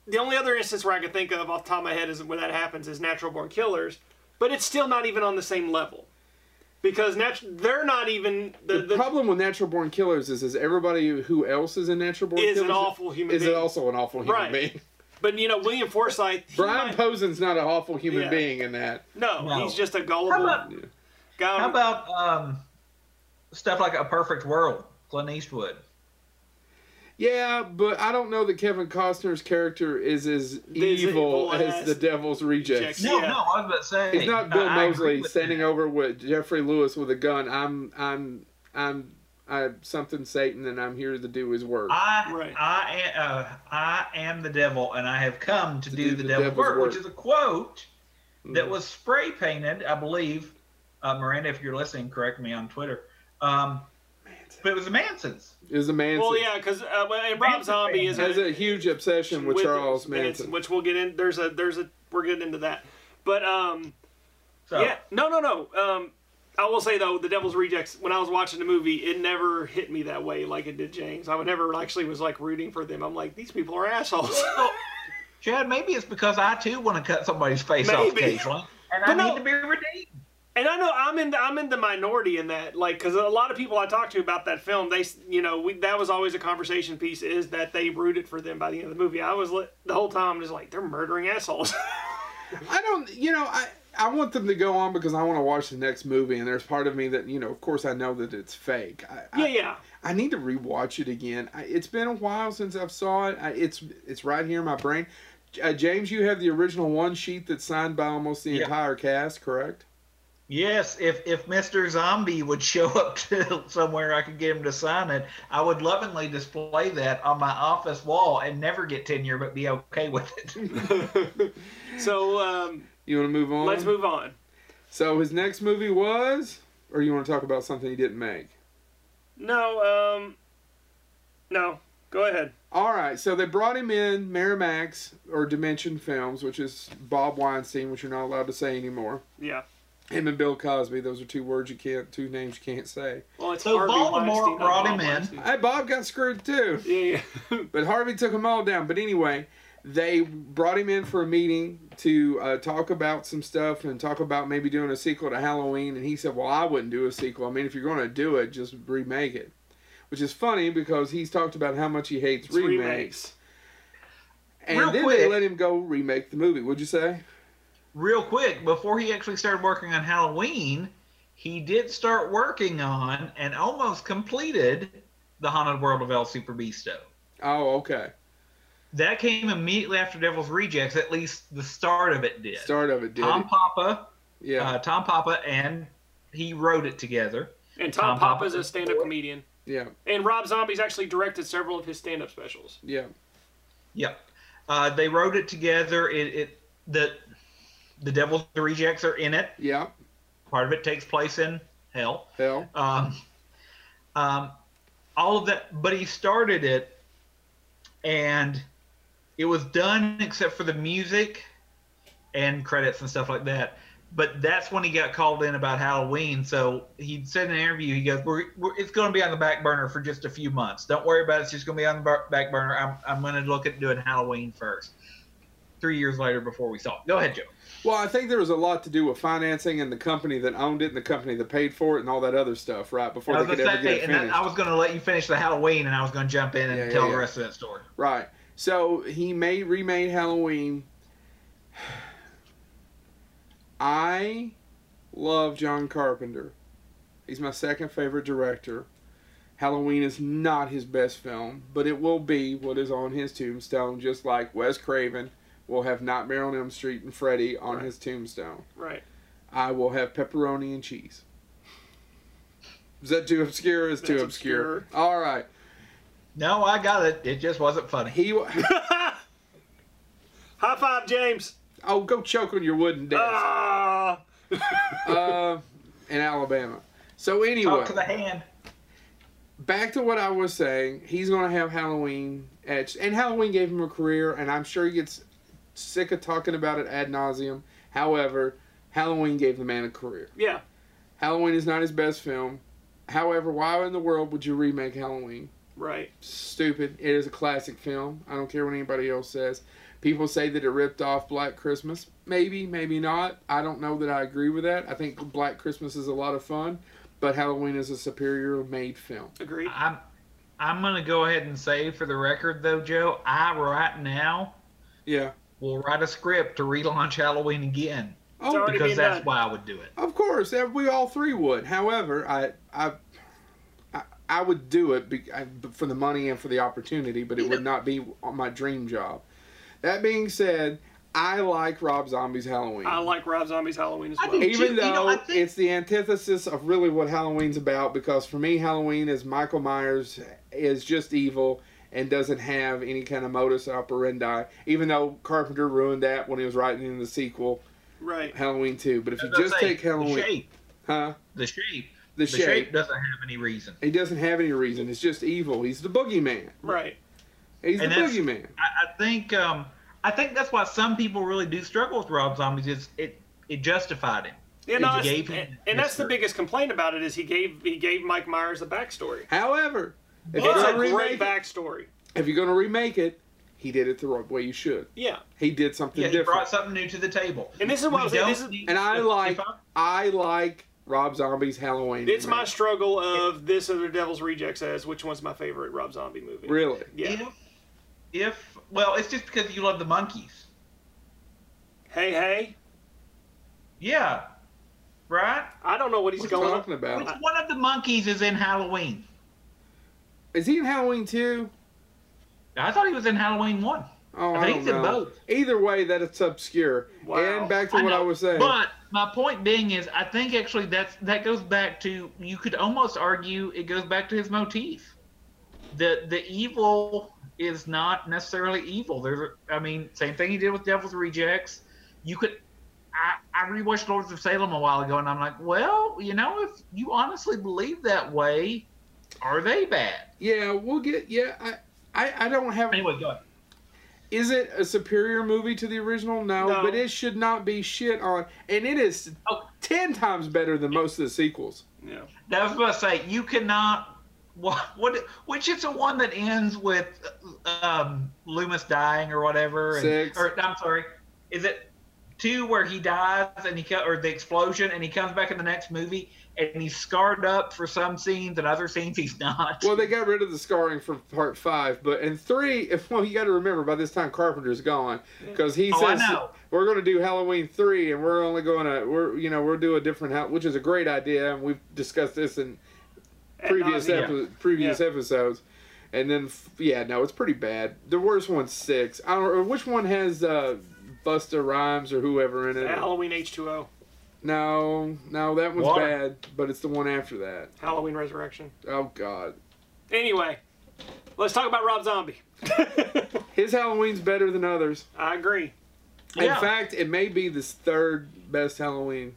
the only other instance where I could think of off the top of my head is when that happens is Natural Born Killers, but it's still not even on the same level because nat- they're not even the,
The,
the
problem with natural born killers is, is everybody who else is in natural born
is
killers
an awful human
is
being.
it also an awful human
Right.
being.
But you know, William Forsythe, he
Brian
might-
Posen's not an awful human
Yeah.
being in that.
no,
No.
he's just a gullible
How about-
guy.
How about um, stuff like A Perfect World, Clint Eastwood?
Yeah, but I don't know that Kevin Costner's character is as
Is
evil
evil
as
as-
the Devil's Rejects.
Rejects.
No,
Yeah.
no, I was about to say
He's not Bill Mosley standing over with Jeffrey Lewis with a gun. I'm, I'm, I'm, I'm something Satan, and I'm here to do his work.
I,
Right.
I, am, uh, I am the devil, and I have come to, do, the, devil's, work, Mm. which is a quote that was spray painted, I believe. Uh, Miranda, if you're listening, correct me on Twitter. Um, but it was the Mansons.
is a man.
well, yeah, because uh, well, and Rob
Manson
Zombie is
has a huge obsession with, Charles Manson.
which we'll get in. There's a there's a we're getting into that, but um.
So,
Yeah, no, no, no. Um, I will say though, The Devil's Rejects. When I was watching the movie, it never hit me that way like it did James. I would never actually was like rooting for them. I'm like, these people are assholes. (laughs)
Well, Chad, maybe it's because I too want to cut somebody's face off
Maybe.
occasionally, and I
But no-
need to be redeemed.
and I know I'm in the, I'm in the minority in that. Like, because a lot of people I talked to about that film, they s- you know we, that was always a conversation piece is that they rooted for them by the end of the movie. I was li- the whole time just like they're murdering assholes. (laughs)
I don't, you know, I I want them to go on because I want to watch the next movie, and there's part of me that, you know, of course I know that it's fake. I, I-
yeah, yeah.
I need to rewatch it again. I, it's been a while since I've saw it. I, it's it's right here in my brain. J- Uh, James, you have the original one sheet that's signed by almost the
Yeah.
entire cast, correct?
Yes, if if Mr. Zombie would show up (laughs) to somewhere, I could get him to sign it. I would lovingly display that on my office wall and never get tenure, but be okay with it. (laughs)
so um,
You want to move on?
let's move on.
So his next movie was, or you want to talk about something he didn't make?
No, um, no. Go ahead.
All right, so they brought him in Miramax or Dimension Films, which is Bob Weinstein, which you're not allowed to say anymore.
Yeah.
Him and Bill Cosby, those are two words you can't, two names you can't say.
Well, it's
So
Harvey
Baltimore
Weinstein, not
brought
Bob
him in.
Weinstein.
Hey, Bob got screwed too.
Yeah, yeah.
But Harvey took them all down. But anyway, they brought him in for a meeting to uh, talk about some stuff and talk about maybe doing a sequel to Halloween. And he said, Well, I wouldn't do a sequel. I mean, if you're going to do it, just remake it. Which is funny because he's talked about how much he hates
It's
remakes.
remakes.
And
Real
then they
quick.
let him go remake the movie, would you say?
Real quick, before he actually started working on Halloween, he did start working on and almost completed The Haunted World of El Super Beasto.
Oh, okay.
That came immediately after Devil's Rejects, at least the start of it did.
Start of it did.
Tom
it?
Papa,
Yeah.
uh, Tom Papa, and he wrote it together.
And Tom,
Tom
Papa's
Papa.
a stand-up comedian.
yeah.
And Rob Zombie's actually directed several of his stand-up specials.
Yeah.
Yep. Uh, they wrote it together. It, it the the Devil's Rejects are in it.
Yeah.
Part of it takes place in hell.
Hell.
Um, um, all of that, but he started it, and it was done except for the music and credits and stuff like that. But that's when he got called in about Halloween. So he said in an interview, he goes, we're, we're, "It's going to be on the back burner for just a few months. Don't worry about it. It's just going to be on the bar- back burner. I'm, I'm going to look at doing Halloween first. Three years later, before we saw it. Go ahead, Joe.
Well, I think there was a lot to do with financing and the company that owned it and the company that paid for it and all that other stuff, right? Before
I
they
was,
could
gonna
ever get
say,
it
and I-
finished.
I was going to let you finish the Halloween, and I was going to jump in and
Yeah, yeah,
tell
yeah.
the rest of that story.
Right. So he made remade Halloween. (sighs) I love John Carpenter. He's my second favorite director. Halloween is not his best film, but it will be what is on his tombstone, just like Wes Craven will have Nightmare on Elm Street and Freddy on
Right.
his tombstone.
(laughs)
Right.
I will have pepperoni and cheese. Is that too obscure? Is too
That's
obscure.
obscure.
All right.
No, I got it. It just wasn't funny.
He. (laughs) wa-
High five, James.
Oh, go choke on your wooden desk.
(laughs)
Ah.
uh, in Alabama. So anyway,
Talk to the hand.
back to what I was saying. He's going to have Halloween etched, and Halloween gave him a career, and I'm sure he gets sick of talking about it ad nauseum. However, Halloween gave the man a career.
yeah.
Halloween is not his best film. However, why in the world would you remake Halloween?
Right.
Stupid. It is a classic film. I don't care what anybody else says. People say that it ripped off Black Christmas. Maybe, maybe not. I don't know that I agree with that. I think Black Christmas is a lot of fun, but Halloween is a superior made film.
Agreed.
I'm I'm gonna go ahead and say for the record though, Joe, I right now
Yeah.
will write a script to relaunch Halloween again
Oh,
Sorry. Already
because
been
that's
done.
why I would do it.
of course. eh, We all three would. However, I, I, I, I would do it be, I, for the money and for the opportunity, but it would not be my dream job. That being said, I like Rob Zombie's Halloween.
I like Rob Zombie's Halloween as
I
well.
do.
even
You
though
know, I think-
it's the antithesis of really what Halloween's about, because for me, Halloween is Michael Myers is just evil and doesn't have any kind of modus operandi. Even though Carpenter ruined that when he was writing in the sequel
Right.
Halloween Two, but if you
As I
just
say,
take
the
Halloween,
shape,
huh?
the shape,
The,
the
shape.
shape doesn't have any reason.
He doesn't have any reason. It's just evil. He's the boogeyman.
Right.
He's
And
the
that's-
boogeyman.
I, I think um, I think that's why some people really do struggle with Rob Zombies. Is it it justified him.
Yeah, no,
He
that's-
gave him
and, and that's the
Mr.
biggest complaint about it is he gave he gave Mike Myers a backstory.
However, if
It's
you're,
a
gonna
great
remake, it-
backstory.
if you're gonna remake it, he did it the right way you should.
Yeah.
He did something
Yeah, he
different.
brought something new to the table.
And this is what I
We
was saying.
don't
This is,
need-
And I
if-
like-
if I'm-
I like Rob Zombie's Halloween.
it's my
remake.
struggle of this or the Devil's Rejects as which one's my favorite Rob Zombie movie.
really.
Yeah.
If, if well, it's just because you love the monkeys.
Hey, hey.
Yeah, right.
I don't know what he's
What are you
going
talking
Which
about?
one of the monkeys is in Halloween?
Is he in Halloween too?
I thought he was in Halloween one.
Oh,
I
I,
think
don't
he's
know.
in both.
Either way, that it's obscure.
Wow.
And back to
I
what I,
know,
was saying.
But my point being is, I think actually that's that goes back to you could almost argue it goes back to his motif. The the evil is not necessarily evil. There's I mean, same thing he did with Devil's Rejects. You could I I rewatched Lords of Salem a while ago, and I'm like, well, you know, if you honestly believe that way, are they bad?
Yeah, we'll get. Yeah, I, I, I don't have.
Anyway, go ahead.
Is it a superior movie to the original? No,
No.
but it should not be shit on. And it is
Oh.
ten times better than most of the sequels.
Yeah.
That was about to say you cannot. What, what? Which is the one that ends with um, Loomis dying or whatever? And,
Six.
Or I'm sorry, is it two where he dies and he co- or the explosion and he comes back in the next movie and he's scarred up for some scenes and other scenes he's not.
Well, they got rid of the scarring from part five, but in three, (laughs) if well, you got to remember by this time Carpenter's gone because he
Oh, I
says
know.
we're going to do Halloween three, and we're only going to we're you know we'll do a different house, which is a great idea, and we've discussed this in previous
nauseam.
epi- previous
Yeah.
episodes. And then f- yeah, no, it's pretty bad. The worst one's six. I don't or which one has uh, Busta Rhymes or whoever in it.
Halloween H2O,
No, no, that one's
Water.
bad, but it's the one after that.
Halloween Resurrection.
Oh God,
Anyway, let's talk about Rob Zombie.
(laughs) his Halloween's better than others.
I agree.
yeah.
In fact, it may be the third best Halloween.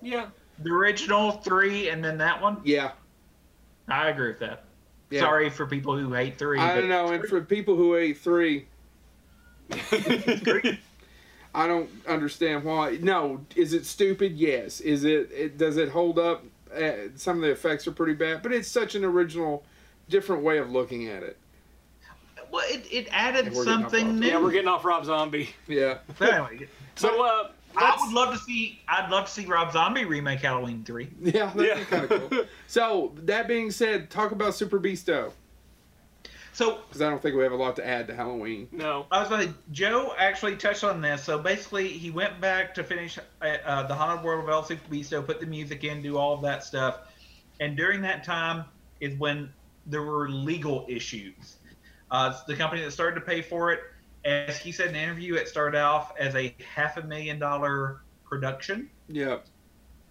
Yeah.
the original three and then that one.
Yeah.
I agree with that.
yeah.
Sorry for people who hate three.
I
but-
don't know. And for people who ate three, I don't understand why. No, is it stupid? Yes. Is it? it does it hold up? Uh, some of the effects are pretty bad, but it's such an original, different way of looking at it.
Well, it, it
And
added
we're getting off
something
topic.
new.
yeah, we're getting off Rob Zombie.
Yeah. (laughs)
But anyway,
So, uh,
I
let's-
would love to see. I'd love to see Rob Zombie remake Halloween three.
Yeah. That'd be
(laughs) yeah.
kind of cool. So that being said, talk about Super Beasto
So
because I don't think we have a lot to add to Halloween.
no.
I was like, Joe actually touched on this. So basically, he went back to finish uh, uh, the Haunted World of El Super Bisto, put the music in, do all of that stuff. And during that time is when there were legal issues. Uh, it's the company that started to pay for it, as he said in an interview, it started off as a half a million dollar production.
Yeah.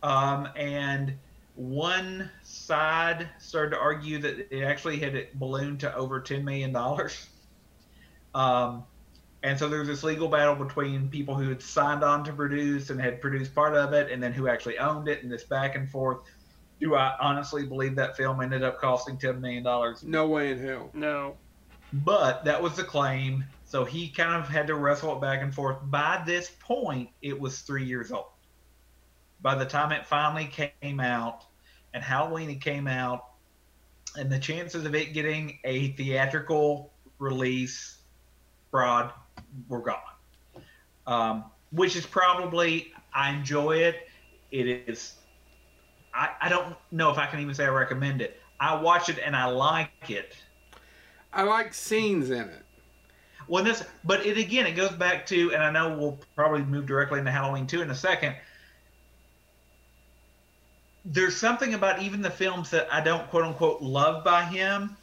Um, and one side started to argue that it actually had it ballooned to over $10 million. Um, and so there was this legal battle between people who had signed on to produce and had produced part of it, and then who actually owned it, and this back and forth. Do I honestly believe that film ended up costing $10 million?
No way in hell.
No.
But that was the claim. So he kind of had to wrestle it back and forth. By this point, it was three years old. By the time it finally came out, and Halloween it came out, and the chances of it getting a theatrical release broad were gone. Um, which is probably, I enjoy it. It is, I, I don't know if I can even say I recommend it. I watch it and I like it.
I like scenes in it.
Well, this, but it again, it goes back to, and I know we'll probably move directly into Halloween two in a second. There's something about even the films that I don't quote unquote love by him.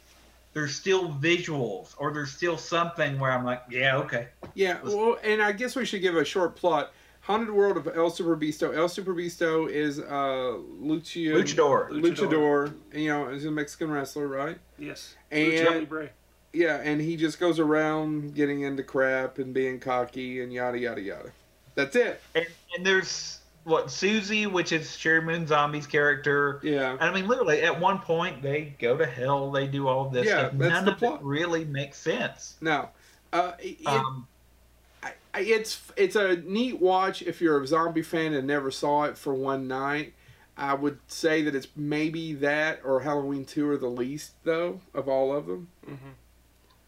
There's still visuals, or there's still something where I'm like, yeah, okay,
Yeah,
Was-
well, and I guess we should give a short plot. Haunted World of El Super Bisto. El Super Bisto is uh, Lucio,
luchador.
Luchador, You know, is a Mexican wrestler, right?
Yes.
And-
Lucha Libre.
Yeah, and he just goes around getting into crap and being cocky and yada yada yada. That's it.
And, and there's what Susie, which is Sherry Moon Zombie's character.
Yeah,
And I mean, literally, at one point they go to hell. They do all this.
Yeah,
stuff.
that's
None
the
of
plot.
it really makes sense.
no, uh, it,
Um,
I, I- it's it's a neat watch if you're a zombie fan and never saw it for one night. I would say that it's maybe that or Halloween two are the least though of all of them.
Mm-hmm.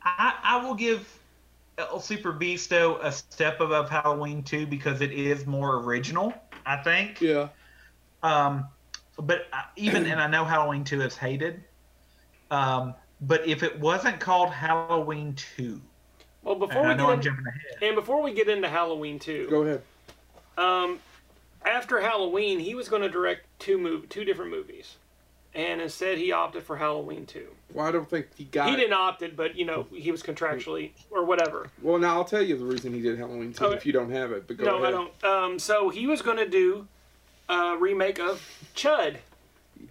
I, I will give El Super Bisto a step above Halloween 2 because it is more original, I think.
Yeah,
Um, but I- even, and I know Halloween 2 is hated, um, but if it wasn't called Halloween 2,
Well, before
and I
we
know I'm
get in,
jumping ahead,
and before we get into Halloween too,
go ahead.
um, after Halloween he was going to direct two mov- two different movies, and instead he opted for Halloween two.
Well, I don't think he got.
He
it.
didn't opt it, but you know he was contractually or whatever.
Well, now I'll tell you the reason he did Halloween too.
Okay.
If you don't have it, but go
no,
ahead.
I don't. Um, so he was going to do a remake of Chud.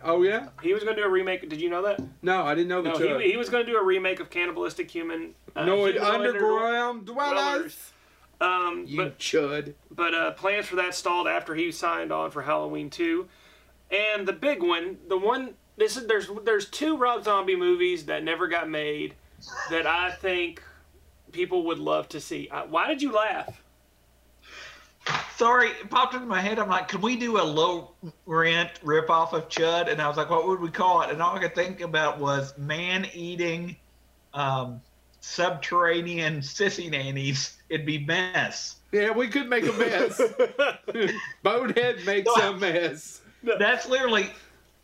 Oh yeah?
He was going to do a remake. Did you know that?
No, I didn't know the
No,
joke.
he, he was going to do a remake of Cannibalistic Human. Uh,
no, it
Humanoid
underground dwellers.
Dwellers. Um,
You
but
chud.
but uh, plans for that stalled after he signed on for Halloween two, and the big one, the one this is there's there's two Rob Zombie movies that never got made that I think people would love to see. Uh, why did you laugh?
Sorry, it popped into my head. I'm like, can we do a low rent ripoff of Chud? And I was like, what would we call it? And all I could think about was man eating um, subterranean sissy nannies. It'd be mess.
Yeah, we could make a
(laughs)
mess. Bonehead makes a mess.
That's literally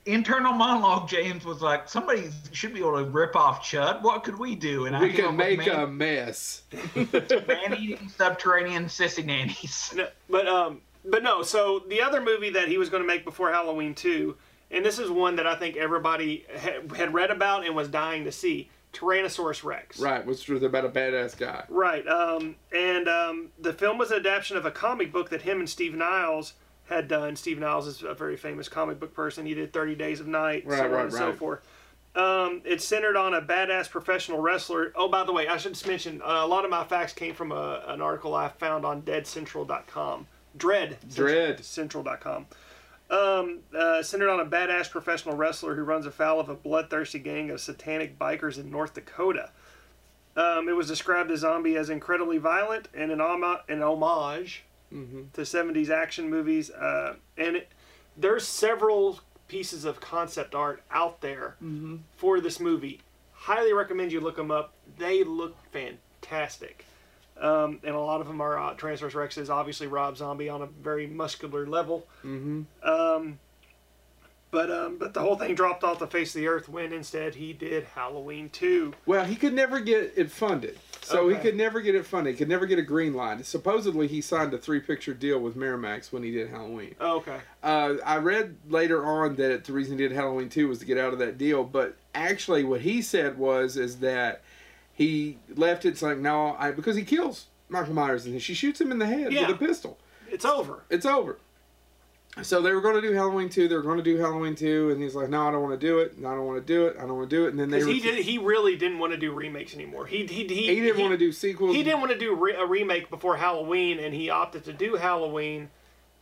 internal monologue. James was like, somebody should be able to rip off Chud. What could we do? And I
We
came
can
up with
make a mess.
man eating subterranean sissy nannies. (laughs)
No, but um, but no. So the other movie that he was going to make before Halloween two, and this is one that I think everybody ha- had read about and was dying to see: Tyrannosaurus Rex.
Right, which was about a badass guy.
Right. Um, and um, the film was an adaptation of a comic book that him and Steve Niles had done. Steve Niles is a very famous comic book person. He did Thirty Days of Night, so
Right,
on
right,
and so
right.
forth. Um, it's centered on a badass professional wrestler. Oh, by the way, I should just mention uh, a lot of my facts came from a, an article I found on DeadCentral.com. Dread.
Dread.
Central.com. Um, uh, centered on a badass professional wrestler who runs afoul of a bloodthirsty gang of satanic bikers in North Dakota. Um, it was described as zombie as incredibly violent and an, homa- an homage
Mm-hmm,
to 70s action movies. Uh, and it, there's several pieces of concept art out there for this movie. Highly recommend you look them up. They look fantastic. Um, and a lot of them are uh, Transverse Rex is obviously Rob Zombie on a very muscular level.
mm-hmm.
Um, But um, but the whole thing dropped off the face of the earth when instead he did Halloween 2.
Well, he could never get it funded. So he
Okay.
could never get it funded. He could never get a green line. Supposedly, he signed a three picture deal with Miramax when he did Halloween.
Okay.
Uh, I read later on that the reason he did Halloween 2 was to get out of that deal, but actually, what he said was is that he left it. It's like, no, I, because he kills Michael Myers and she shoots him in the head
Yeah.
with a pistol.
It's over.
It's over. So they were going to do Halloween 2. They were going to do Halloween 2. And he's like, no, I don't want to do it. No, I don't want to do it. I don't want to do it. And then they
Because
were,
he did he really didn't want to do remakes anymore. He he he,
he didn't want to do sequels.
He didn't want to do re- a remake before Halloween, and he opted to do Halloween,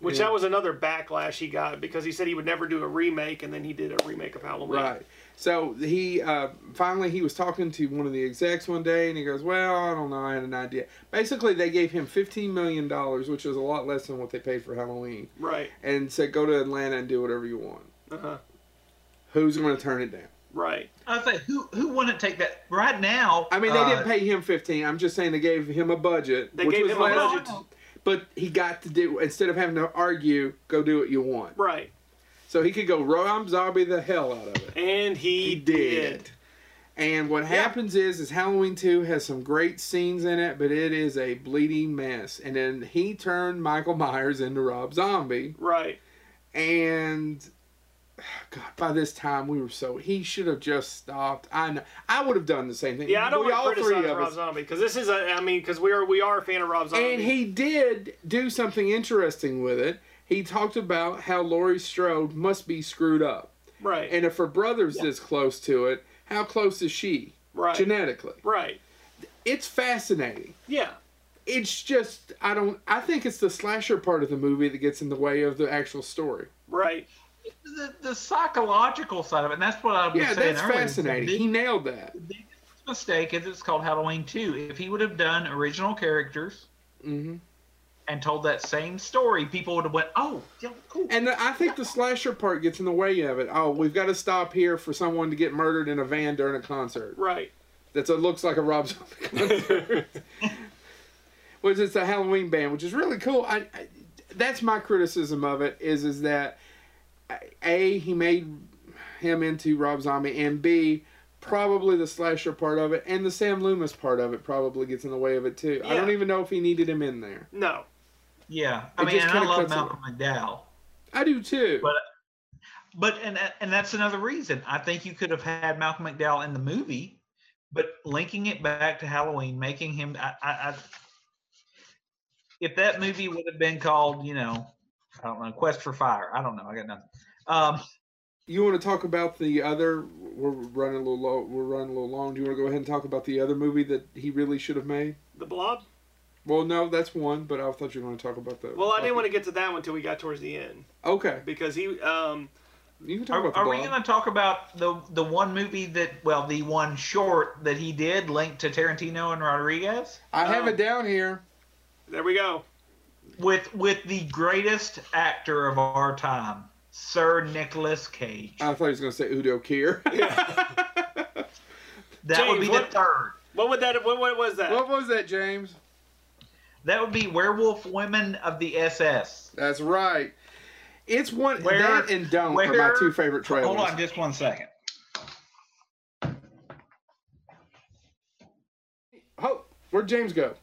which
Yeah.
that was another backlash he got because he said he would never do a remake, and then he did a remake of Halloween.
Right. So he uh, finally he was talking to one of the execs one day, and he goes, "Well, I don't know. I had an idea." Basically, they gave him fifteen million dollars, which was a lot less than what they paid for Halloween,
Right.
and said, "Go to Atlanta and do whatever you want."
Uh-huh.
Who's going to turn it down?
Right.
I say, who who wouldn't take that right now?
I mean, they
uh,
didn't pay him fifteen. I'm just saying they gave him a budget,
They
which
gave
was
him a
less,
budget.
but he got to do instead of having to argue, go do what you want.
Right.
So he could go Rob Zombie the hell out of it.
And he,
He
did.
did. And what happens is, is Halloween two has some great scenes in it, but it is a bleeding mess. And then he turned Michael Myers into Rob Zombie,
Right.
and (sighs) God, by this time we were so he should have just stopped. I know I would have done the same thing.
Yeah, I don't
We-
want to criticize Rob Zombie because this is a. I mean, because we are we are a fan of Rob Zombie.
And he did do something interesting with it. He talked about how Laurie Strode must be screwed up,
right.
and if her brother's this close to it, how close is she
right.
genetically?
right.
it's fascinating.
Yeah.
It's just I don't I think it's the slasher part of the movie that gets in the way of the actual story.
Right.
the, the psychological side of it. And that's what I was
Yeah,
saying
that's
earlier.
fascinating.
The
He nailed that.
biggest mistake is it's called Halloween 2. If he would have done original characters
hmm
and told that same story, people would have went, oh, yeah, cool.
And I think the slasher part gets in the way of it. Oh, we've got to stop here for someone to get murdered in a van during a concert.
Right.
That's a, looks like a Rob Zombie concert. Which is a Halloween band, which is really cool. I, I that's my criticism of it is is that a he made him into Rob Zombie, and b probably the slasher part of it and the Sam Loomis part of it probably gets in the way of it too. I
Yeah.
don't even know if he needed him in there.
No.
yeah. I
It
mean,
just
and I
kinda
love
cuts it.
Malcolm McDowell.
I do too.
But- But, and, that- and that's another reason. I think you could have had Malcolm McDowell in the movie, but linking it back to Halloween, making him, I, I, I if that movie would have been called, you know, I don't know, Quest for Fire. I don't know. I got nothing. Um,
you want to talk about the other? We're running a little low. We're running a little long. Do you want to go ahead and talk about the other movie that he really should have made?
The Blob.
Well, no, that's one, but I thought you were going to talk about that.
Well, I didn't want to get to that one until we got towards the end
to. Okay,
because he. Um,
you can talk
Are,
about the
are we
ball.
going to talk about the the one movie that well the one short that he did linked to Tarantino and Rodriguez
I have
Um,
it down here.
there we go.
with with the greatest actor of our time, Sir Nicholas Cage.
Um,
I thought he was going to say Udo
(laughs)
Kier. (laughs)
that would
James,
be
what-
the third.
What would that? What, what was that?
what was that, James?
That would be Werewolf Women of the SS.
That's right. It's one
Where-
that and don't are my
where-
two favorite trailers.
Hold on, just one second.
Oh, where'd James go?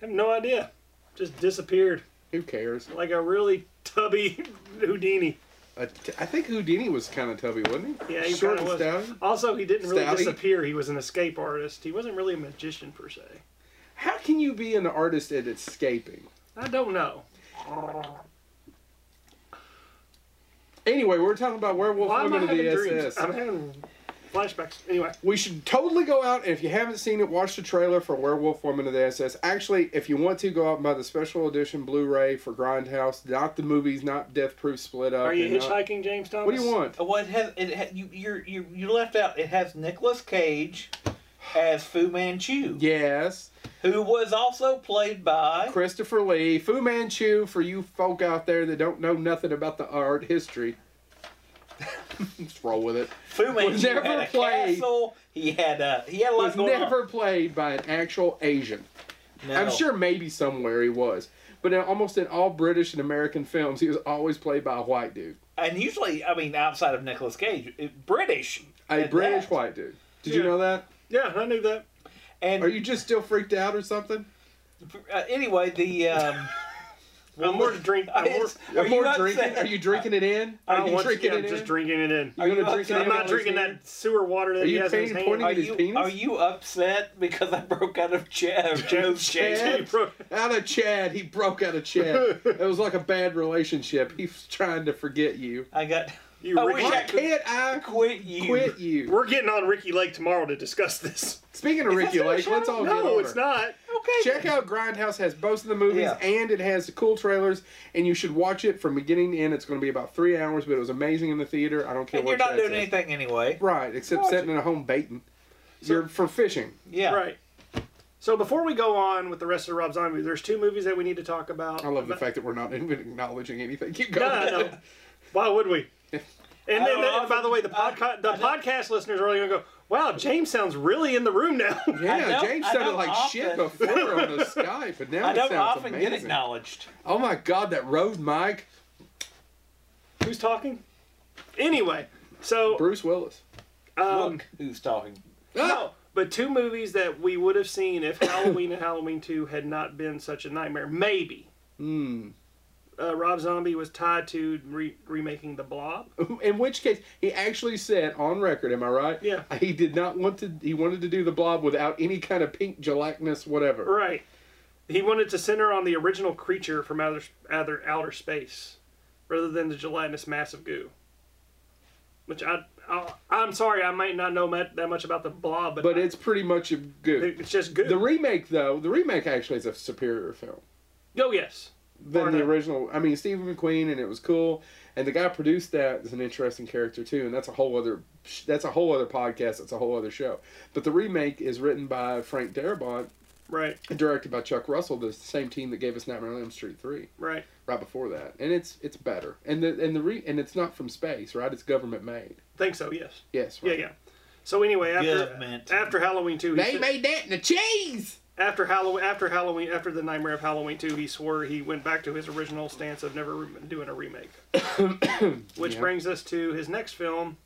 I have no idea. Just disappeared
Who cares?
like a really tubby (laughs) Houdini.
Uh, t- I think Houdini was kind of tubby, wasn't he?
Yeah, he
Short
kinda
and
was.
stout.
Also, he didn't really
Stabby.
disappear. He was an escape artist. He wasn't really a magician per se.
How can you be an artist at escaping?
I don't know.
Anyway, we're talking about werewolf
Why am I
women of
having
the
dreams?
SS.
I'm having flashbacks. Anyway,
We should totally go out. If you haven't seen it, watch the trailer for Werewolf Woman of the SS. Actually, if you want to, go out and buy the special edition Blu-ray for Grindhouse. Not the movies, not Death Proof Split Up.
are you
and not-
hitchhiking, James Thomas?
What do you want?
Well, it Uh, has it. Ha, you you're, you you left out. It has Nicolas Cage as Fu Manchu,
Yes.
who was also played by
Christopher Lee, Fu Manchu, for you folk out there that don't know nothing about the art history. (laughs) Let's roll with it.
Fu Manchu.
never
had a
played.
castle. He had a he had a lot
Was
going
never played by an actual Asian.
on. No.
I'm sure maybe somewhere he was. But in, almost in all British and American films, he was always played by a white dude.
And usually, I mean, outside of Nicolas Cage, it- British.
A
at
British
that.
white dude. Did you
Yeah.
know that?
Yeah, I knew that.
And
Are you just still freaked out or something?
uh, anyway, the um,
I'm more drink. I'm more,
(laughs) Are
(laughs) Are
you
more
upset?
drinking? Are you drinking it in?
I
Are
don't
you
want
drinking
yeah,
it
I'm just
in?
drinking it in.
You gonna
Are you
drink it
upset?
in
I'm
while
not
it's
drinking
here?
that sewer water that
Are
he
you
has in his
painting-
hand. (laughs)
pointing
are
at his
you
penis?
are you upset because I broke out of Chad of Joe's
Chad?
Chad?
He broke-
Out of Chad, he broke out of Chad. it was like a bad relationship. He's trying to forget you.
I got.
You
I wish
Ricky-
I
Why
could
can't I
quit you.
quit you?
We're getting on Ricky Lake tomorrow to discuss this.
Speaking of
that
Ricky
still a
Lake, let's all get
No,
over.
it's not.
Okay.
Check out Grindhouse has both of the movies
Yeah.
and it has the cool trailers, and you should watch it from beginning to end. It's going to be about three hours, but it was amazing in the theater. I don't care
And
what
you're not
Chad
doing
says.
anything anyway.
Right, except
Watch
sitting at home baiting. You're for fishing.
Yeah.
Right. So before we go on with the rest of Rob Zombie, there's two movies that we need to talk about.
I love the
But-
fact that we're not (laughs) even acknowledging anything. Keep
No,
going. (laughs)
I know. Why would we? And
I
then,
don't know.
then- by the way, the podcast the podcast listeners are going to go, "Wow, James sounds really in the room now." (laughs)
I
Yeah,
don't-
James
I
sounded
don't
like shit
often-
before on the Skype, but now
I
it
don't
sounds
often get
amazing.
acknowledged.
oh my god, that road mic,
Who's talking? Anyway, so
Bruce Willis.
um,
Look who's talking.
no, but two movies that we would have seen if Halloween and Halloween Two had not been such a nightmare. Maybe
Hmm.
uh, Rob Zombie was tied to re- remaking The Blob.
In which case, he actually said on record, "Am I right?"
Yeah.
He did not want to. He wanted to do the blob without any kind of pink gelatinous whatever.
Right. He wanted to center on the original creature from outer, outer, outer space rather than the gelatinous mass of goo. Which I, I, I'm sorry, I might not know that, that much about the blob, but,
But
I-
it's pretty much a good.
it's just goo.
The remake, though, the remake actually is a superior film.
oh, yes.
than
Or
the
not.
original. I mean, Stephen McQueen, and it was cool. And the guy produced that is an interesting character too, and that's a whole other that's a whole other podcast. That's a whole other show. But the remake is written by Frank Darabont
Right,
and directed by Chuck Russell, the same team that gave us Nightmare on Elm Street three
right.
right before that, and it's it's better. And the and the re, and it's not from space, right? It's government made.
Think so, yes.
Yes.
Yeah,
Right.
yeah. So anyway, after,
Government.
after Halloween 2, he
They
said-
made that in the cheese.
after Halloween, after Halloween, after the Nightmare of Halloween two, he swore he went back to his original stance of never re- doing
(coughs)
a remake. Which
Yeah.
brings us to his next film.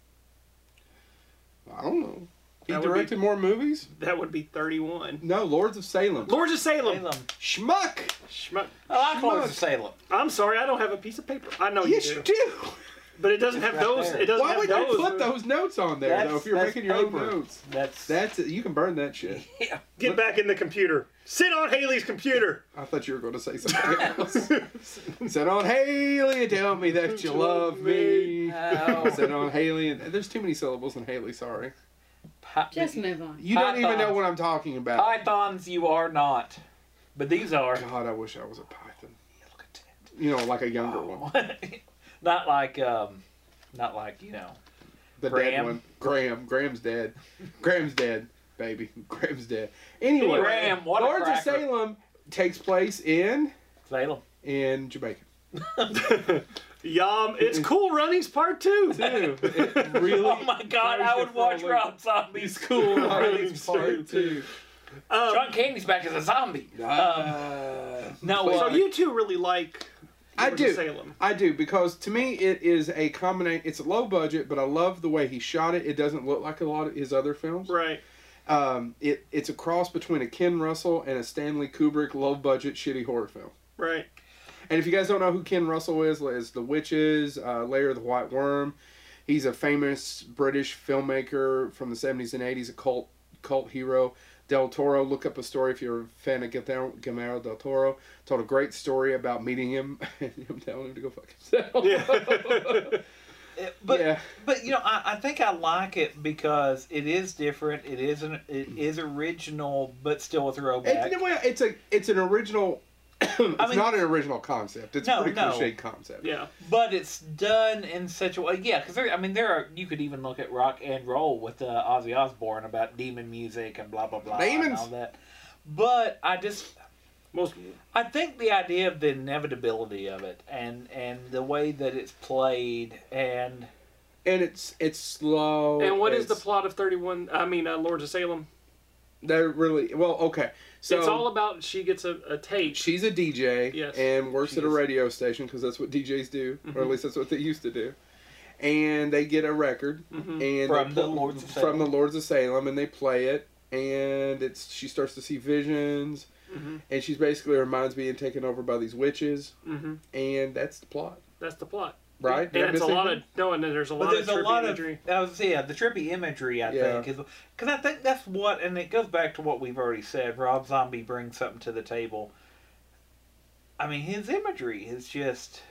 I don't know. He
That would be-
directed more movies.
That would be thirty one.
No, Lords of Salem.
Lords of Salem.
Salem. Oh,
Schmuck.
Schmuck.
I like Lords
Schmuck.
of Salem.
I'm sorry, I don't have a piece of paper. I know
Yes,
Oh, you do,
you do.
but it doesn't have
Right
those.
there.
It doesn't
Why
have
would you
those.
put those notes on there though?
That's-
If you're
that's
making your own
paper.
notes,
That's
that's you can burn that shit.
yeah.
Get back in the computer. Sit on Haley's computer.
I thought you were going to say (laughs) something else. Said on Haley, tell me that you love me.
Oh.
Said on Haley, and there's too many syllables in Haley. Sorry,
Pi-
Just move on.
you don't even know
Pythons.
what I'm talking about.
pythons, you are not.
But these are.
God, I wish I was a python.
Look at that.
You know, like a younger one.
(laughs) not like um not like you know
The dead
Graham?
one. Graham. Graham's dead. Graham's dead, baby. (laughs) Graham's dead. Anyway,
Graham, what a
Lords of
cracker.
Salem takes place in
Salem.
in Jamaica.
Yum, it's Cool Runnings Part Two.
Too. It really.
Oh my God!
throws
I
you
would
for a
watch
loop.
Rob Zombie's Cool
Runnings
Runnings
Part
Part Two.
Two.
John Candy's back as a zombie. Um,
Uh,
no,
please.
So
uh,
you two really like
I
Lords of
do.
Salem.
I do because to me it is a combination. It's a low budget, but I love the way he shot it. It doesn't look like a lot of his other films.
Right.
Um, it it's a cross between a Ken Russell and a Stanley Kubrick low budget shitty horror film.
(laughs) Right.
And if you guys don't know who Ken Russell is, is The Witches, uh, Lair of the White Worm. He's a famous British filmmaker from the 70s and 80s, a cult cult hero. Del Toro, look up a story if you're a fan of Guillermo Guillermo del Toro. Told a great story about meeting him (laughs) and him telling him to go fuck himself.
Yeah.
uh, but
yeah.
but you know I, I think I like it because it is different. It is an it is original, but still a throwback.
It, well, it's a it's an original. (clears throat) it's
mean-
not an original concept. It's
No,
a pretty
no.
cliche concept.
Yeah.
But it's done in such a way, yeah. Because I mean, there are you could even look at rock and roll with uh, Ozzy Osbourne about demon music and blah blah blah and
Demons.
all that. But I just
Most
I think the idea of the inevitability of it and and the way that it's played and
And it's it's slow.
And what is the
it's-
plot of Thirty One? I mean, uh, Lords of Salem.
They're really well. Okay, so
it's all about she gets a, a tape.
she's a DJ
Yes. Mm-hmm.
and works at a
She's-
radio station because that's what DJs do, or at least that's what they used to do. And they get a record
Mm-hmm.
and they
From the
pl-
Lords of
from
Salem.
the Lords of Salem, and they play it. And it's she starts to see visions,
Mhm.
and she's basically her mind's being taken over by these witches,
hmm
and that's the plot,
That's the plot.
right? Did I
and it's
miss
a lot
anything?
of no, and then there's a
but
lot
there's
of
a
trippy
lot
imagery.
of I was, yeah the trippy imagery I
Yeah.
think is because I think that's what and it goes back to what we've already said. Rob Zombie brings something to the table. I mean his imagery is just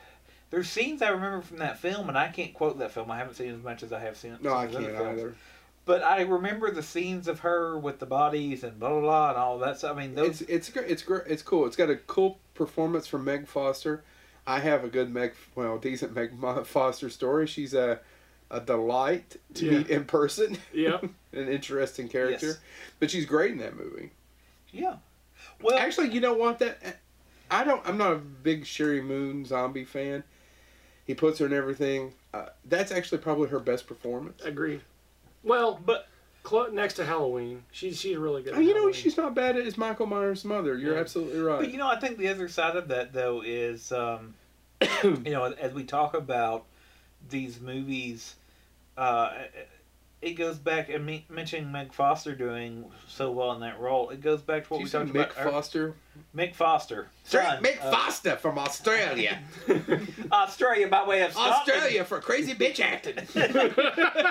there's scenes I remember from that film and I can't quote that film. I haven't seen as much as I have seen.
No,
some
I
of his other
can't
films.
either.
But I remember the scenes of her with the bodies and blah blah blah and all that. stuff. I mean
It's
those
it's gr- it's gr- it's cool. It's got a cool performance from Meg Foster. I have a good Meg, well, decent Meg Mo- Foster story. She's a a delight to
Yeah.
meet in person. (laughs)
Yep.
an interesting character,
Yes.
but she's great in that movie.
yeah. Well,
Actually, you don't want that. I don't. I'm not a big Sherry Moon zombie fan. He puts her in everything. Uh, that's actually probably her best performance.
Agreed. Well,
but
clo- next to Halloween, she's she's really good.
I
at
mean, Oh, you know,
Halloween.
she's not bad as Michael Myers' mother. You're
Yeah.
absolutely right.
But you know, I think the other side of that though is, um, (coughs) you know, as we talk about these movies, uh, it goes back and me- mentioning Meg Foster doing so well in that role. It goes back to what
Did you
we
see
talked
Mick
about. ear-
Foster?
Mick Foster, son
Mick
of
Foster from
(laughs)
Australia.
Australia by way of Scotland.
Australia for crazy bitch acting.
(laughs)
(laughs)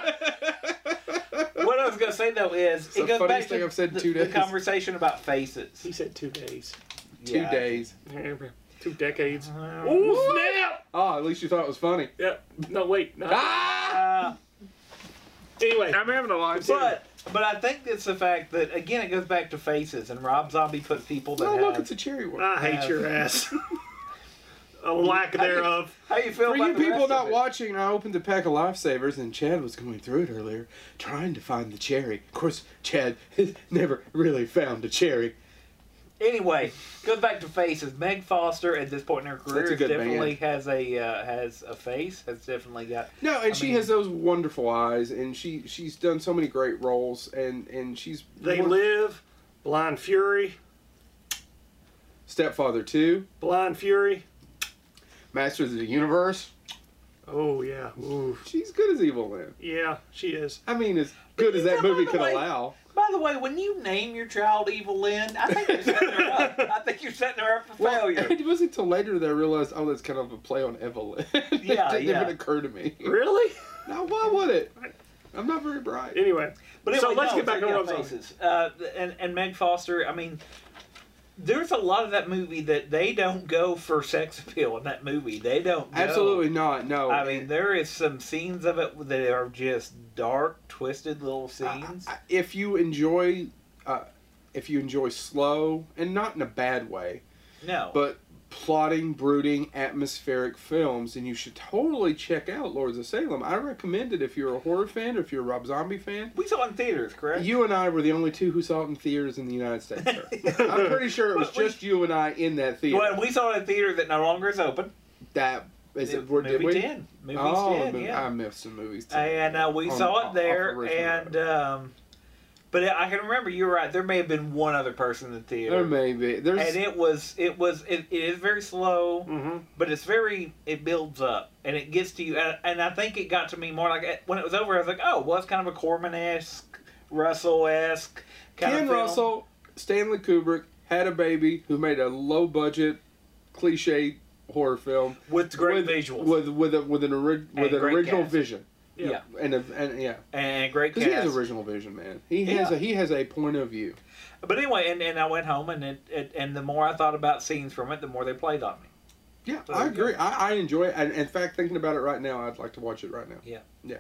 What I was gonna say though is,
the
it goes back
funniest
to
thing I've said in
the,
two
the
days.
conversation about faces.
he said two days,
Two
Yeah.
days.
(laughs) two decades.
Uh,
Oh snap!
Oh, at least you thought it was funny.
Yep. No wait. No.
Ah!
uh,
Anyway, I'm having a lot.
But but I think it's the fact that again it goes back to faces and Rob Zombie puts people that
Oh,
have.
look, it's a cherry
Uh,
one.
I hate your ass. a lack thereof.
How you feel
For
about
you
the rest
people
of
not
it?
watching, I opened a pack of lifesavers and Chad was going through it earlier, trying to find the cherry. Of course, Chad (laughs) has never really found a cherry.
Anyway, goes back to faces. Meg Foster at this point in her
That's
career
a
is
good
definitely has a uh, has a face. Has definitely got.
No, and she
mean-
has those wonderful eyes, and she she's done so many great roles, and and she's
They
one-
live. Blind Fury.
Stepfather two,
Blind Fury.
Masters of the Universe.
Oh yeah. Ooh.
She's good as Evil Lynn.
Yeah, she is.
I mean, as good as that
By the
movie could
way- (laughs)
allow.
By the way, when you name your child Evil Lynn, I think you're setting her up. I think you're setting her up for
Well,
failure.
it (laughs) wasn't until later that I realized, oh, that's kind of a play on Evelyn. (laughs) it
Yeah,
didn't
yeah.
even occur to me. (laughs)
Really?
Now, why would it? I'm not very bright.
Anyway.
But
so
anyway,
let's
no,
get back
so
on
yeah,
Rob Zombie.
faces. Uh, and and Meg Foster. I mean. There's a lot of that movie that they don't go for sex appeal in that movie. They don't
(laughs)
go.
Absolutely not. No.
I mean, there is some scenes of it that are just dark, twisted little scenes.
I- I- if you enjoy uh, if you enjoy slow and not in a bad way,
No.
but plotting, brooding, atmospheric films, then you should totally check out Lords of Salem. I recommend it if you're a horror fan or if you're a Rob Zombie fan.
we saw it in theaters, correct? (laughs)
You and I were the only two who saw it in theaters in the United States. Sir. I'm pretty sure it was
But we-
just you and I in that theater.
Well, we saw it in a theater that no longer is open.
that is it. where-
movie
did we?
10. Movie
oh,
10,
I mi-
yeah.
I missed some movies. Too.
and uh, we
On-
saw
off
it
of
there,
Richmond
and um, but I can remember you're right. There may have been one other person in the theater,
there may be. There's
and it was it was it, it is very slow,
Mm-hmm.
but it's very it builds up and it gets to you. And, and I think it got to me more like when it was over. I was like, oh, well, it's kind of a Corman esque, Russell esque kind
Ken
of film.
Russell, Stanley Kubrick had a baby who made a low budget, cliche horror film
with great
with,
visuals
with with a, with an ori- with an
great
original
cast.
vision.
Yeah.
and a, and yeah,
and great
because
cast.
he has original vision, man. He has
Yeah.
a, he has a point of view.
But anyway, and, and I went home, and it, it and the more I thought about scenes from it, the more they played on me.
Yeah,
So,
I
yeah.
agree. I, I enjoy it. And in fact, thinking about it right now, I'd like to watch it right now.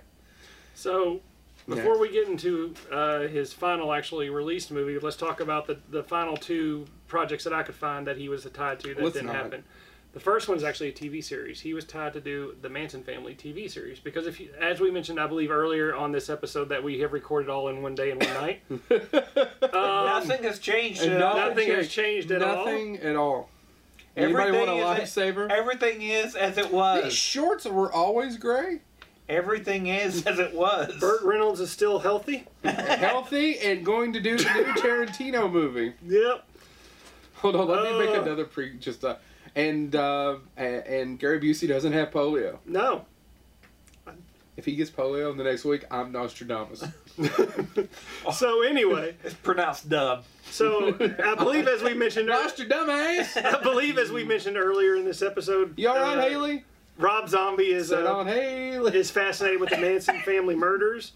So, before we get into uh, his final actually released movie, let's talk about the, the final two projects that I could find that he was tied to that
Let's
didn't
not.
happen. The first one's actually a TV series. He was tied to do the Manson Family TV series because if you, as we mentioned, I believe earlier on this episode that we have recorded all in one day and one night.
(laughs)
Um,
Nothing has changed.
And
at all.
nothing has changed at all.
Nothing at all. Anybody
Everything
want a
is, Uh,
lifesaver?
everything is as it
These
was.
shorts were always gray,
Everything is
(laughs)
as it was.
Burt Reynolds is still healthy.
healthy, and going to do the new Tarantino movie.
Yep.
Hold on, let me make
Uh.
another pre. Just uh, and uh, a- and Gary Busey doesn't have polio.
No.
If he gets polio in the next week, I'm Nostradamus.
So anyway,
(laughs) It's pronounced dub.
so I believe as we mentioned,
Nostradamus.
(laughs) I believe as we mentioned earlier in this episode,
You all right,
uh,
Haley?
Rob Zombie is
Set
uh,
on Haley.
is fascinated with the Manson family murders.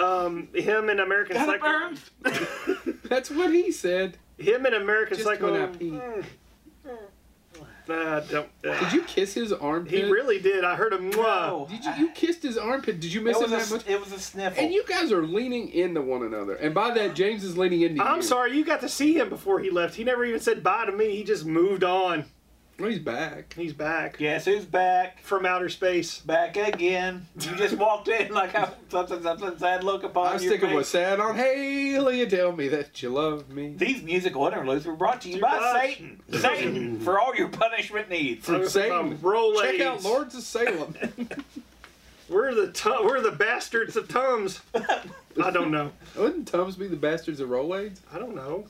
Um, him and American
Gotta
Psycho.
burn.
That's what he said.
Him and American
Just when I
Psycho.
pee.
Uh, don't, uh,
Did you kiss his armpit?
he really did. I heard him. Mwah.
Did you? You kissed his armpit. Did you
it
miss him
was a,
that
s-
much?
it was a sniffle.
And you guys are leaning into one another, and by that, James is leaning into you.
I'm sorry you got to see him before he left. He never even said bye to me. He just moved on.
Well, he's back.
He's back
Guess who's back?
from outer space.
Back again. You just walked in like
(laughs)
I, something, something sad look upon
I'm
your
sticking
face.
with sad on Haley. You tell me that you love me.
These musical interludes were brought to you
Too
by
much.
Satan. Satan for all your punishment needs.
From
I'm
Satan.
Roll
Check out Lords of
(laughs)
Salem.
We're the tu- we're the bastards of Tums. I don't know.
Wouldn't Tums be the bastards of Rolades?
I don't know.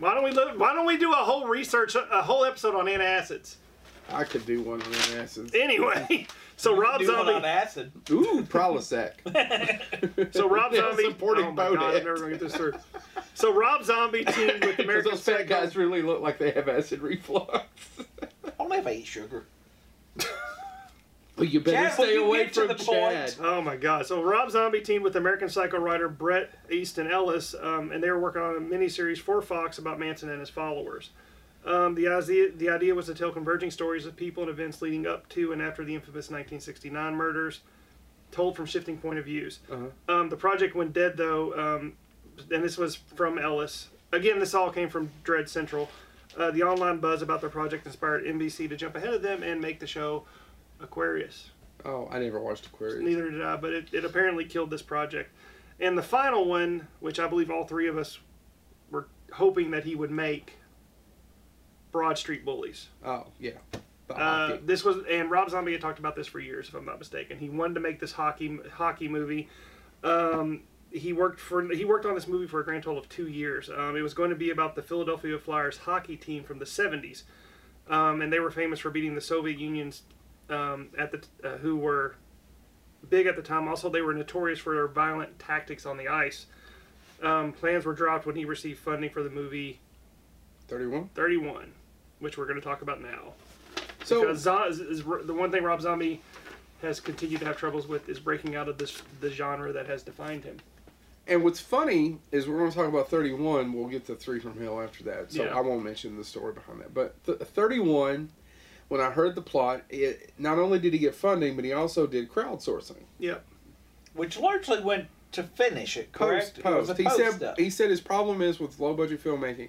Why don't we look, Why don't we do a whole research, a whole episode on antacids?
I could do one of them asses.
Anyway, so Rob
Do one on
Zombie.
acid.
Ooh, Prilosec.
(laughs)
(laughs)
So Rob
Yeah,
Zombie.
supporting
oh my God,
Bodak. (laughs)
I'm never gonna get this through. So Rob Zombie teamed with
Because
American
those fat
Psycho.
guys really look like they have acid
(laughs)
reflux.
Only if I eat sugar.
Well, you better
Chad, will
stay
you
away
get to
from
the
Chad.
point?
Oh my God! So Rob Zombie teamed with American Psycho writer Brett Easton Ellis, um, and they were working on a miniseries for Fox about Manson and his followers. Um, the idea the idea was to tell converging stories of people and events leading up to and after the infamous 1969 murders, told from shifting point of views.
Uh-huh.
Um, the project went dead though, um, and this was from Ellis. Again, this all came from Dread Central. Uh, the online buzz about the project inspired NBC to jump ahead of them and make the show Aquarius.
Oh, I never watched Aquarius.
Neither did I, but it, it apparently killed this project. And the final one, which I believe all three of us were hoping that he would make, Broad Street Bullies.
Oh, yeah. The
Uh,
hockey.
this was and Rob Zombie had talked about this for years, if I'm not mistaken. He wanted to make this hockey hockey movie. Um, he worked for he worked on this movie for a grand total of two years. Um, it was going to be about the Philadelphia Flyers hockey team from the 70s, um, and they were famous for beating the Soviet Union's um, at the uh, who were big at the time. Also, they were notorious for their violent tactics on the ice. Um, plans were dropped when he received funding for the movie
31.
31, which we're going to talk about now
So,
because Zo- is, is the one thing Rob Zombie has continued to have troubles with is breaking out of this the genre that has defined him.
and what's funny is we're going to talk about 31. We'll get to 3 from Hill after that. So
Yeah.
I won't mention the story behind that. But th- 31, when I heard the plot, it, not only did he get funding, but he also did crowdsourcing.
Yep.
which largely went to finish it. Correct.
Post,
It
post.
was a
He said
post-up.
he said his problem is with low budget filmmaking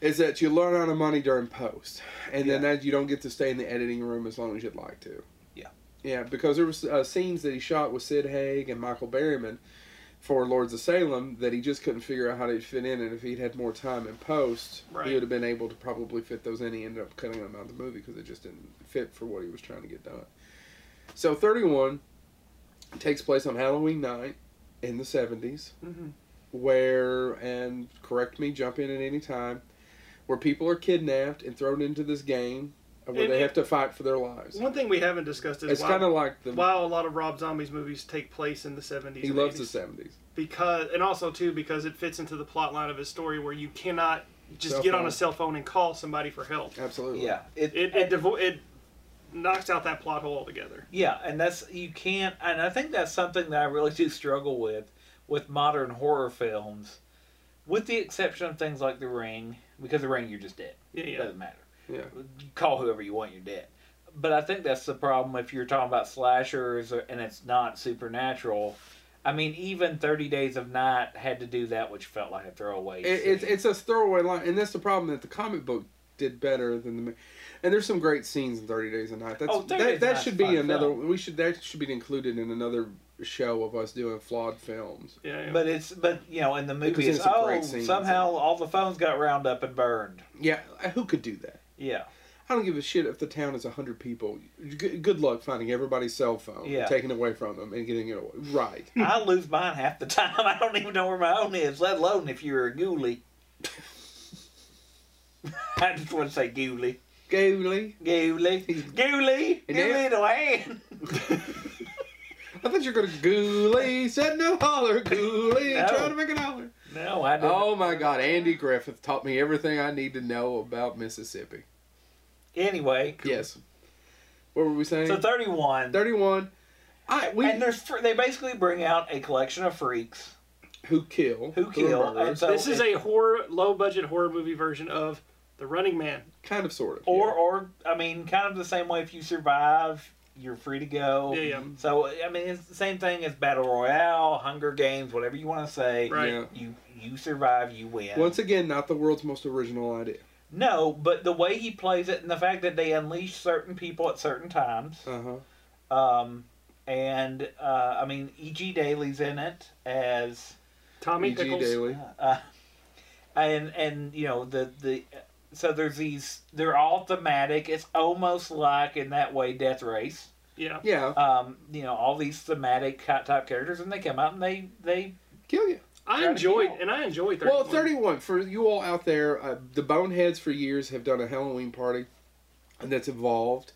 is that you learn out of money during post, and then that you don't get to stay in the editing room as long as you'd like to.
Yeah.
yeah, because there was uh, scenes that he shot with Sid Haig and Michael Berryman for Lords of Salem that he just couldn't figure out how to fit in, and if he'd had more time in post,
Right.
he would have been able to probably fit those in. He ended up cutting them out of the movie because it just didn't fit for what he was trying to get done. So thirty one takes place on Halloween night in the seventies
hmm
where and correct me jump in at any time where people are kidnapped and thrown into this game where
And
they
it-
have to fight for their lives
One thing we haven't discussed is
it's
why,
kind of like the
why a lot of Rob Zombie's movies take place in the 70s.
he
and
loves
80s.
the 70s
because and also too because it fits into the plot line of his story where you cannot just
Cell
get on
phone.
a cell phone and call somebody for help.
absolutely
Yeah. It,
It it, devo- it knocks out that plot hole altogether.
Yeah, and that's you can't, and I think that's something that I really do struggle with with modern horror films, with the exception of things like The Ring, because The Ring you're just dead.
Yeah,
It
yeah.
doesn't matter.
yeah
You call whoever you want, you're dead. But I think that's the problem if you're talking about slashers or, and it's not supernatural. I mean, even Thirty Days of Night had to do that, which felt like a throwaway.
it, it's
scene.
it's a throwaway line and that's the problem that the comic book did better than the and there's some great scenes in 30 days a night that's
Oh, 30 Days
that,
a
that
Night's
should
a
be
fun
another
film.
we should that should be included in another show of us doing flawed films
Yeah, yeah.
but it's but you know in the
was
movie
in
it's
some
oh
great scenes.
somehow all the phones got round up and burned.
yeah uh, who could do that
(laughs) Yeah,
I don't give a shit if the town is 100 people. G- good luck finding everybody's cell phone,
Yeah.
and taking it away from them, and getting it away. Right.
I lose mine half the time. (laughs) I don't even know where my own is, let alone if you're a ghoulie. (laughs) I just want to say ghoulie.
Gooley. (laughs)
Ghoulie. Ghoulie.
And
Ghoulie the hand.
I thought you were going to Gooley. Said no holler. (laughs) Gooley.
No.
Trying to make an holler.
No, I don't.
Oh my God. Andy Griffith taught me everything I need to know about Mississippi.
Anyway,
Yes. What were we saying?
so 31.
31. I, we,
and there's fr- they basically bring out a collection of freaks
who kill?
who
are
kill.
murderers.
And so
this is a horror low budget horror movie version of The Running Man.
kind of, sort of.
or or I mean, kind of the same way. If you survive, you're free to go.
Yeah, yeah.
So I mean, it's the same thing as battle royale, Hunger Games, whatever you want to say.
yeah.
Right.
Yeah.
You you survive, you win.
Once again, not the world's most original idea.
No, but the way he plays it and the fact that they unleash certain people at certain times.
Uh huh.
Um, and, uh, I mean, E.G. Daly's in it as.
Tommy
E.G.
Pickles.
Daly.
Uh, and, and, you know, the, the. So there's these. They're all thematic. It's almost like, in that way, Death Race.
Yeah.
Yeah.
Um, you know, all these thematic type type characters, and they come out and they. they
Kill you.
I
Gotta
enjoyed
kill.
and I enjoyed 31.
Well, 31. For you all out there, uh, the Boneheads for years have done a Halloween party that's evolved.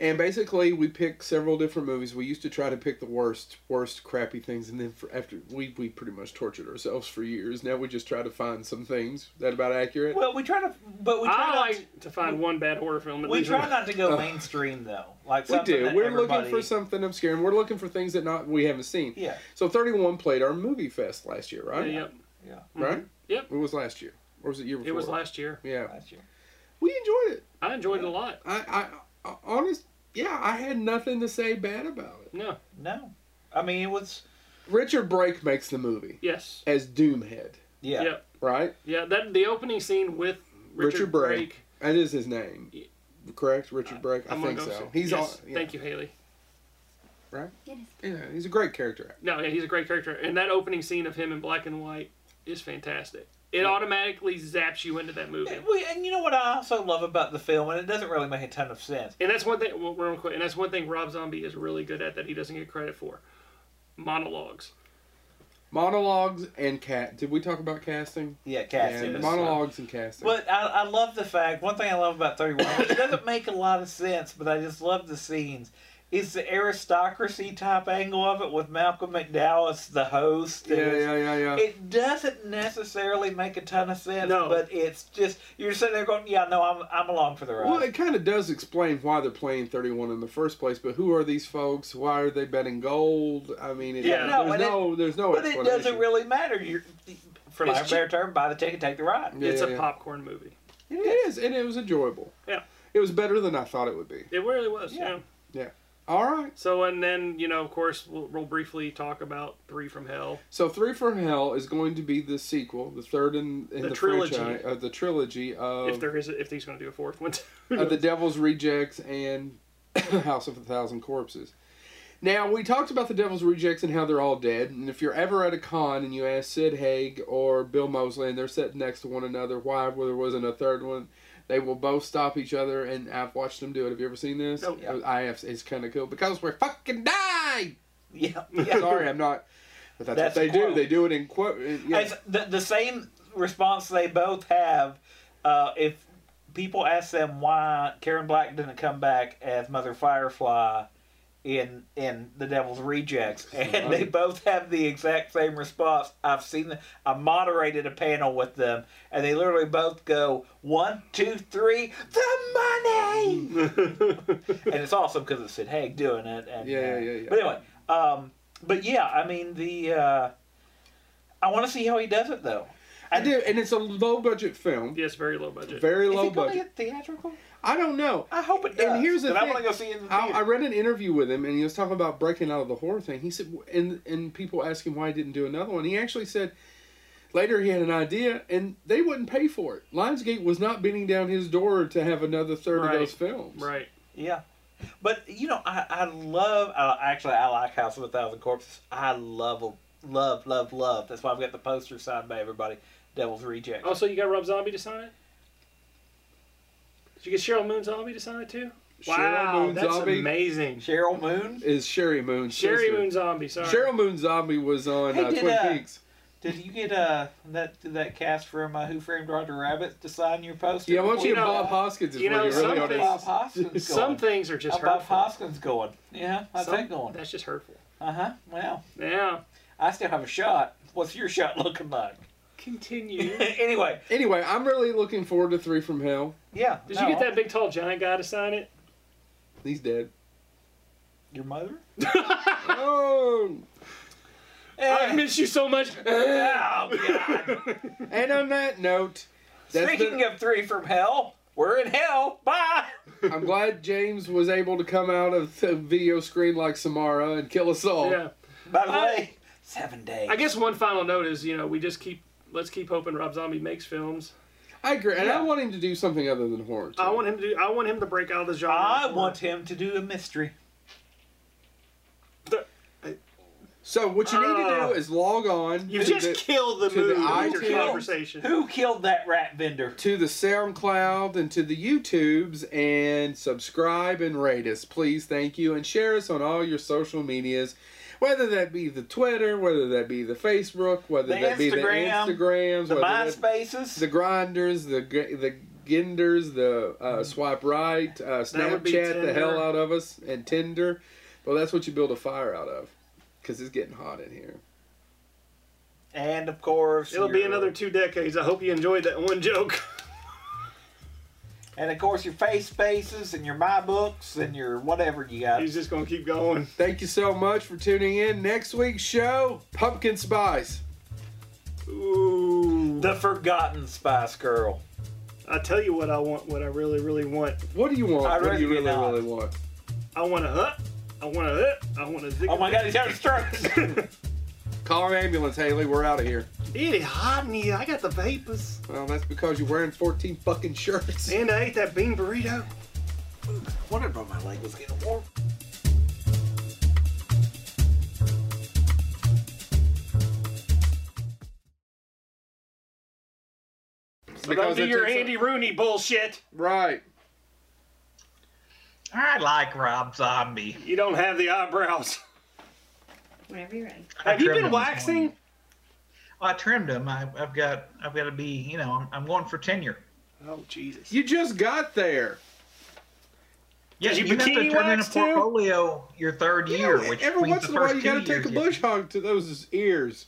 And basically, we pick several different movies. We used to try to pick the worst, worst crappy things, and then for after we we pretty much tortured ourselves for years. Now we just try to find some things that about accurate.
well, we try to. But we try
I
not
like to find one bad horror film. At
We
(laughs)
least
try not to go
Oh.
mainstream though. Like
we
something
do.
that
We're looking
everybody-
for something obscure, and we're looking for things that not we haven't seen.
Yeah,
So 31 played our movie fest last year,
Yeah,
right?
yep.
yeah.
Right.
Yep.
It was last year, or was it year before?
It was last year.
Yeah,
Last year.
we enjoyed it.
I enjoyed it a lot.
I, I, I honest, yeah, I had nothing to say bad about it.
No.
No, I mean it was.
Richard Brake makes the movie
Yes.
as Doomhead,
Yeah.
Yep.
right?
Yeah, that the opening scene with Richard,
Richard Brake.
Brake.
That is his name,
Yeah. Uh,
correct? Richard Brake. I
I'm gonna
think
go
so.
see-
He's
yes,
all. Yeah,
Thank you, Haley.
Yeah, he's a great character. actor.
No, yeah, he's a great character, and that opening scene of him in black and white is fantastic. It
Yeah.
automatically zaps you into that movie,
And we- and you know what I also love about the film, and it doesn't really make a ton of sense.
and that's one thing. Well, real quick, and that's one thing Rob Zombie is really good at that he doesn't get credit for. Monologues.
Monologues and cat. Did we talk about casting?
Yeah,
Yeah,
casting.
yes.
monologues and casting.
But I, I love the fact. One thing I love about Thirty One, which doesn't make a lot of sense, but I just love the scenes. Is the aristocracy type angle of it with Malcolm McDowell as the host?
Yeah,
and it's-
yeah, yeah, yeah.
It doesn't necessarily make a ton of sense,
No.
but it's just you're sitting there going, "Yeah, no, I'm I'm along for the ride."
Well, it kind of does explain why they're playing 31 in the first place, but who are these folks? Why are they betting gold? I mean, it,
Yeah.
No,
there's,
and it-
no, there's no
but it doesn't
explanation.
really matter. You're, for
It's
lack of a
ju-
better term, buy the ticket, take the ride. (laughs)
Yeah,
it's
yeah.
a popcorn movie.
It is, and it was enjoyable.
Yeah.
It was better than I thought it would be.
It really was. Yeah.
Yeah.
All right.
So, and then, you know, of course, we'll, we'll briefly talk about Three from Hell.
So Three from Hell is going to be the sequel, the third in, in
The
the,
trilogy.
franchise of the trilogy
if
of,
there is, if he's going to do a fourth one.
of the Devil's Rejects and (coughs) House of a Thousand Corpses. Now we talked about the Devil's Rejects and how they're all dead. And if you're ever at a con and you ask Sid Haig or Bill Mosley, and they're sitting next to one another, why there wasn't a third one, they will both stop each other. And I've watched them do it. Have you ever seen this?
Oh,
yeah.
I have. It's kind of cool because we're fucking dying.
Yeah, yeah.
Sorry, I'm not. But that's,
That's
what they
quote.
do. They do it in quote.
It's the, the same response they both have uh, if people ask them why Karen Black didn't come back as Mother Firefly in in The Devil's Rejects, and they both have the exact same response. I've seen them. I moderated a panel with them, and they literally both go one, two, three, the
(laughs)
money,
(laughs)
and it's awesome because it's Sid Haig doing it. And,
Yeah, yeah,
uh,
yeah, yeah.
But anyway, um, but yeah, I mean the. Uh, I want to see how he does it though.
I do, and it's a low budget film,
yes, very low budget.
very
Is
low
it going to
budget.
get theatrical?
I don't know.
I hope it
And
does.
here's the
and I
thing.
want to go see it in the
I, I
theater.
read an interview with him, and he was talking about breaking out of the horror thing. He said, and and people asked him why he didn't do another one. He actually said later he had an idea, and they wouldn't pay for it. Lionsgate was not beating down his door to have another third
Right.
of those films.
Right.
yeah, but you know, I I love. Uh, actually, I like House of a Thousand Corpses. I love 'em. Love, love, love. That's why I've got the poster signed by everybody. Devil's Reject.
Oh, so you got Rob Zombie to sign it? Did you get Cheryl Moon Zombie to sign it too?
Cheryl Moon
that's
Zombie
amazing.
Cheryl Moon.
is Sherry Moon.
Sherry Moon Zombie, sorry.
Cheryl Moon Zombie was on
Hey,
uh,
did,
Twin
uh,
Peaks.
Did you get uh that that cast from uh, Who Framed Roger Rabbit to sign your poster?
Yeah, why don't you,
you
get
know,
Bob Hoskins is
you know,
where you really
some
ought to
things-
Bob Hoskins going.
Some things are just
How Bob
hurtful.
Hoskins going. Yeah, how's
Some-
that going?
That's just hurtful.
Uh huh. Well,
Now,
I still have a shot. What's your shot (laughs) looking like?
(laughs)
continue. Did
anyway,
Anyway, I'm really looking forward to Three from Hell.
yeah.
you
no,
get that big tall giant guy to sign it?
He's
(laughs)
dead.
Your mother?
oh,
I miss you
(laughs)
so much.
(laughs) Oh, (laughs) God.
and on that note, that's
Speaking
been-
of three from hell, we're in hell. Bye.
I'm glad James was able to come out of the video screen like Samara and kill us all.
yeah.
By the
I-
way, seven days.
I guess one final note is, you know, we just keep let's keep hoping Rob Zombie makes films.
I agree, and
Yeah.
I want him to do something other than horror. too.
I want him to do, I want him to break out of the genre.
I
for-
want him to do a mystery.
so what you need to
Ah.
do is log on
you
to,
just
the,
killed the
to the
movie with
iTunes.
your conversation.
Who killed that rat vendor?
to the SoundCloud and to the YouTubes and subscribe and rate us, please. Thank you, and share us on all your social medias, whether that be the Twitter, whether that be the Facebook, whether
The
that be the
Instagram,
Instagrams,
The
whether that-
MySpaces?
the grinders, the g- the ginders, the uh, swipe right, uh,
Mm-hmm. That would be
Snapchat the
Tinder.
hell out of us, and Tinder. Well, that's what you build a fire out of, because it's getting hot in here.
and of course,
It'll be
your-
another two decades. I hope you enjoyed that one joke. (laughs)
And of course, your face spaces and your my books and your whatever you got.
He's just gonna keep going.
Thank you so much for tuning in. Next week's show, pumpkin spice.
Ooh.
The Forgotten Spice Girl.
I tell you what I want. What I really, really want.
What do you want?
I'd
what do you
rather
really,
be not.
really want?
I want to up. I want to up. I want to zig.
Oh my God, he's having a (laughs) stroke.
(laughs)
Call an ambulance, Haley. We're out of here.
It is hot in here. I got the vapors,
Well, that's because you're wearing 14 fucking shirts.
and I ate that bean burrito.
wondered why my leg was getting warm.
So don't do
it
your
takes a-
Andy Rooney bullshit.
Right.
I like Rob Zombie.
You don't have the eyebrows.
Whenever you're ready.
I
Have you
trimmed
been
him this
waxing?
morning. I trimmed him. I, I've got. I've got to be. You know, I'm, I'm going for tenure.
Oh Jesus.
You just got there.
Yeah,
Did you
you have to
bikini
turn in a
wax too?
portfolio your third year, which
Every
means
once
the
in a while,
first
you gotta
two
take a
years you-
bush hog to those ears.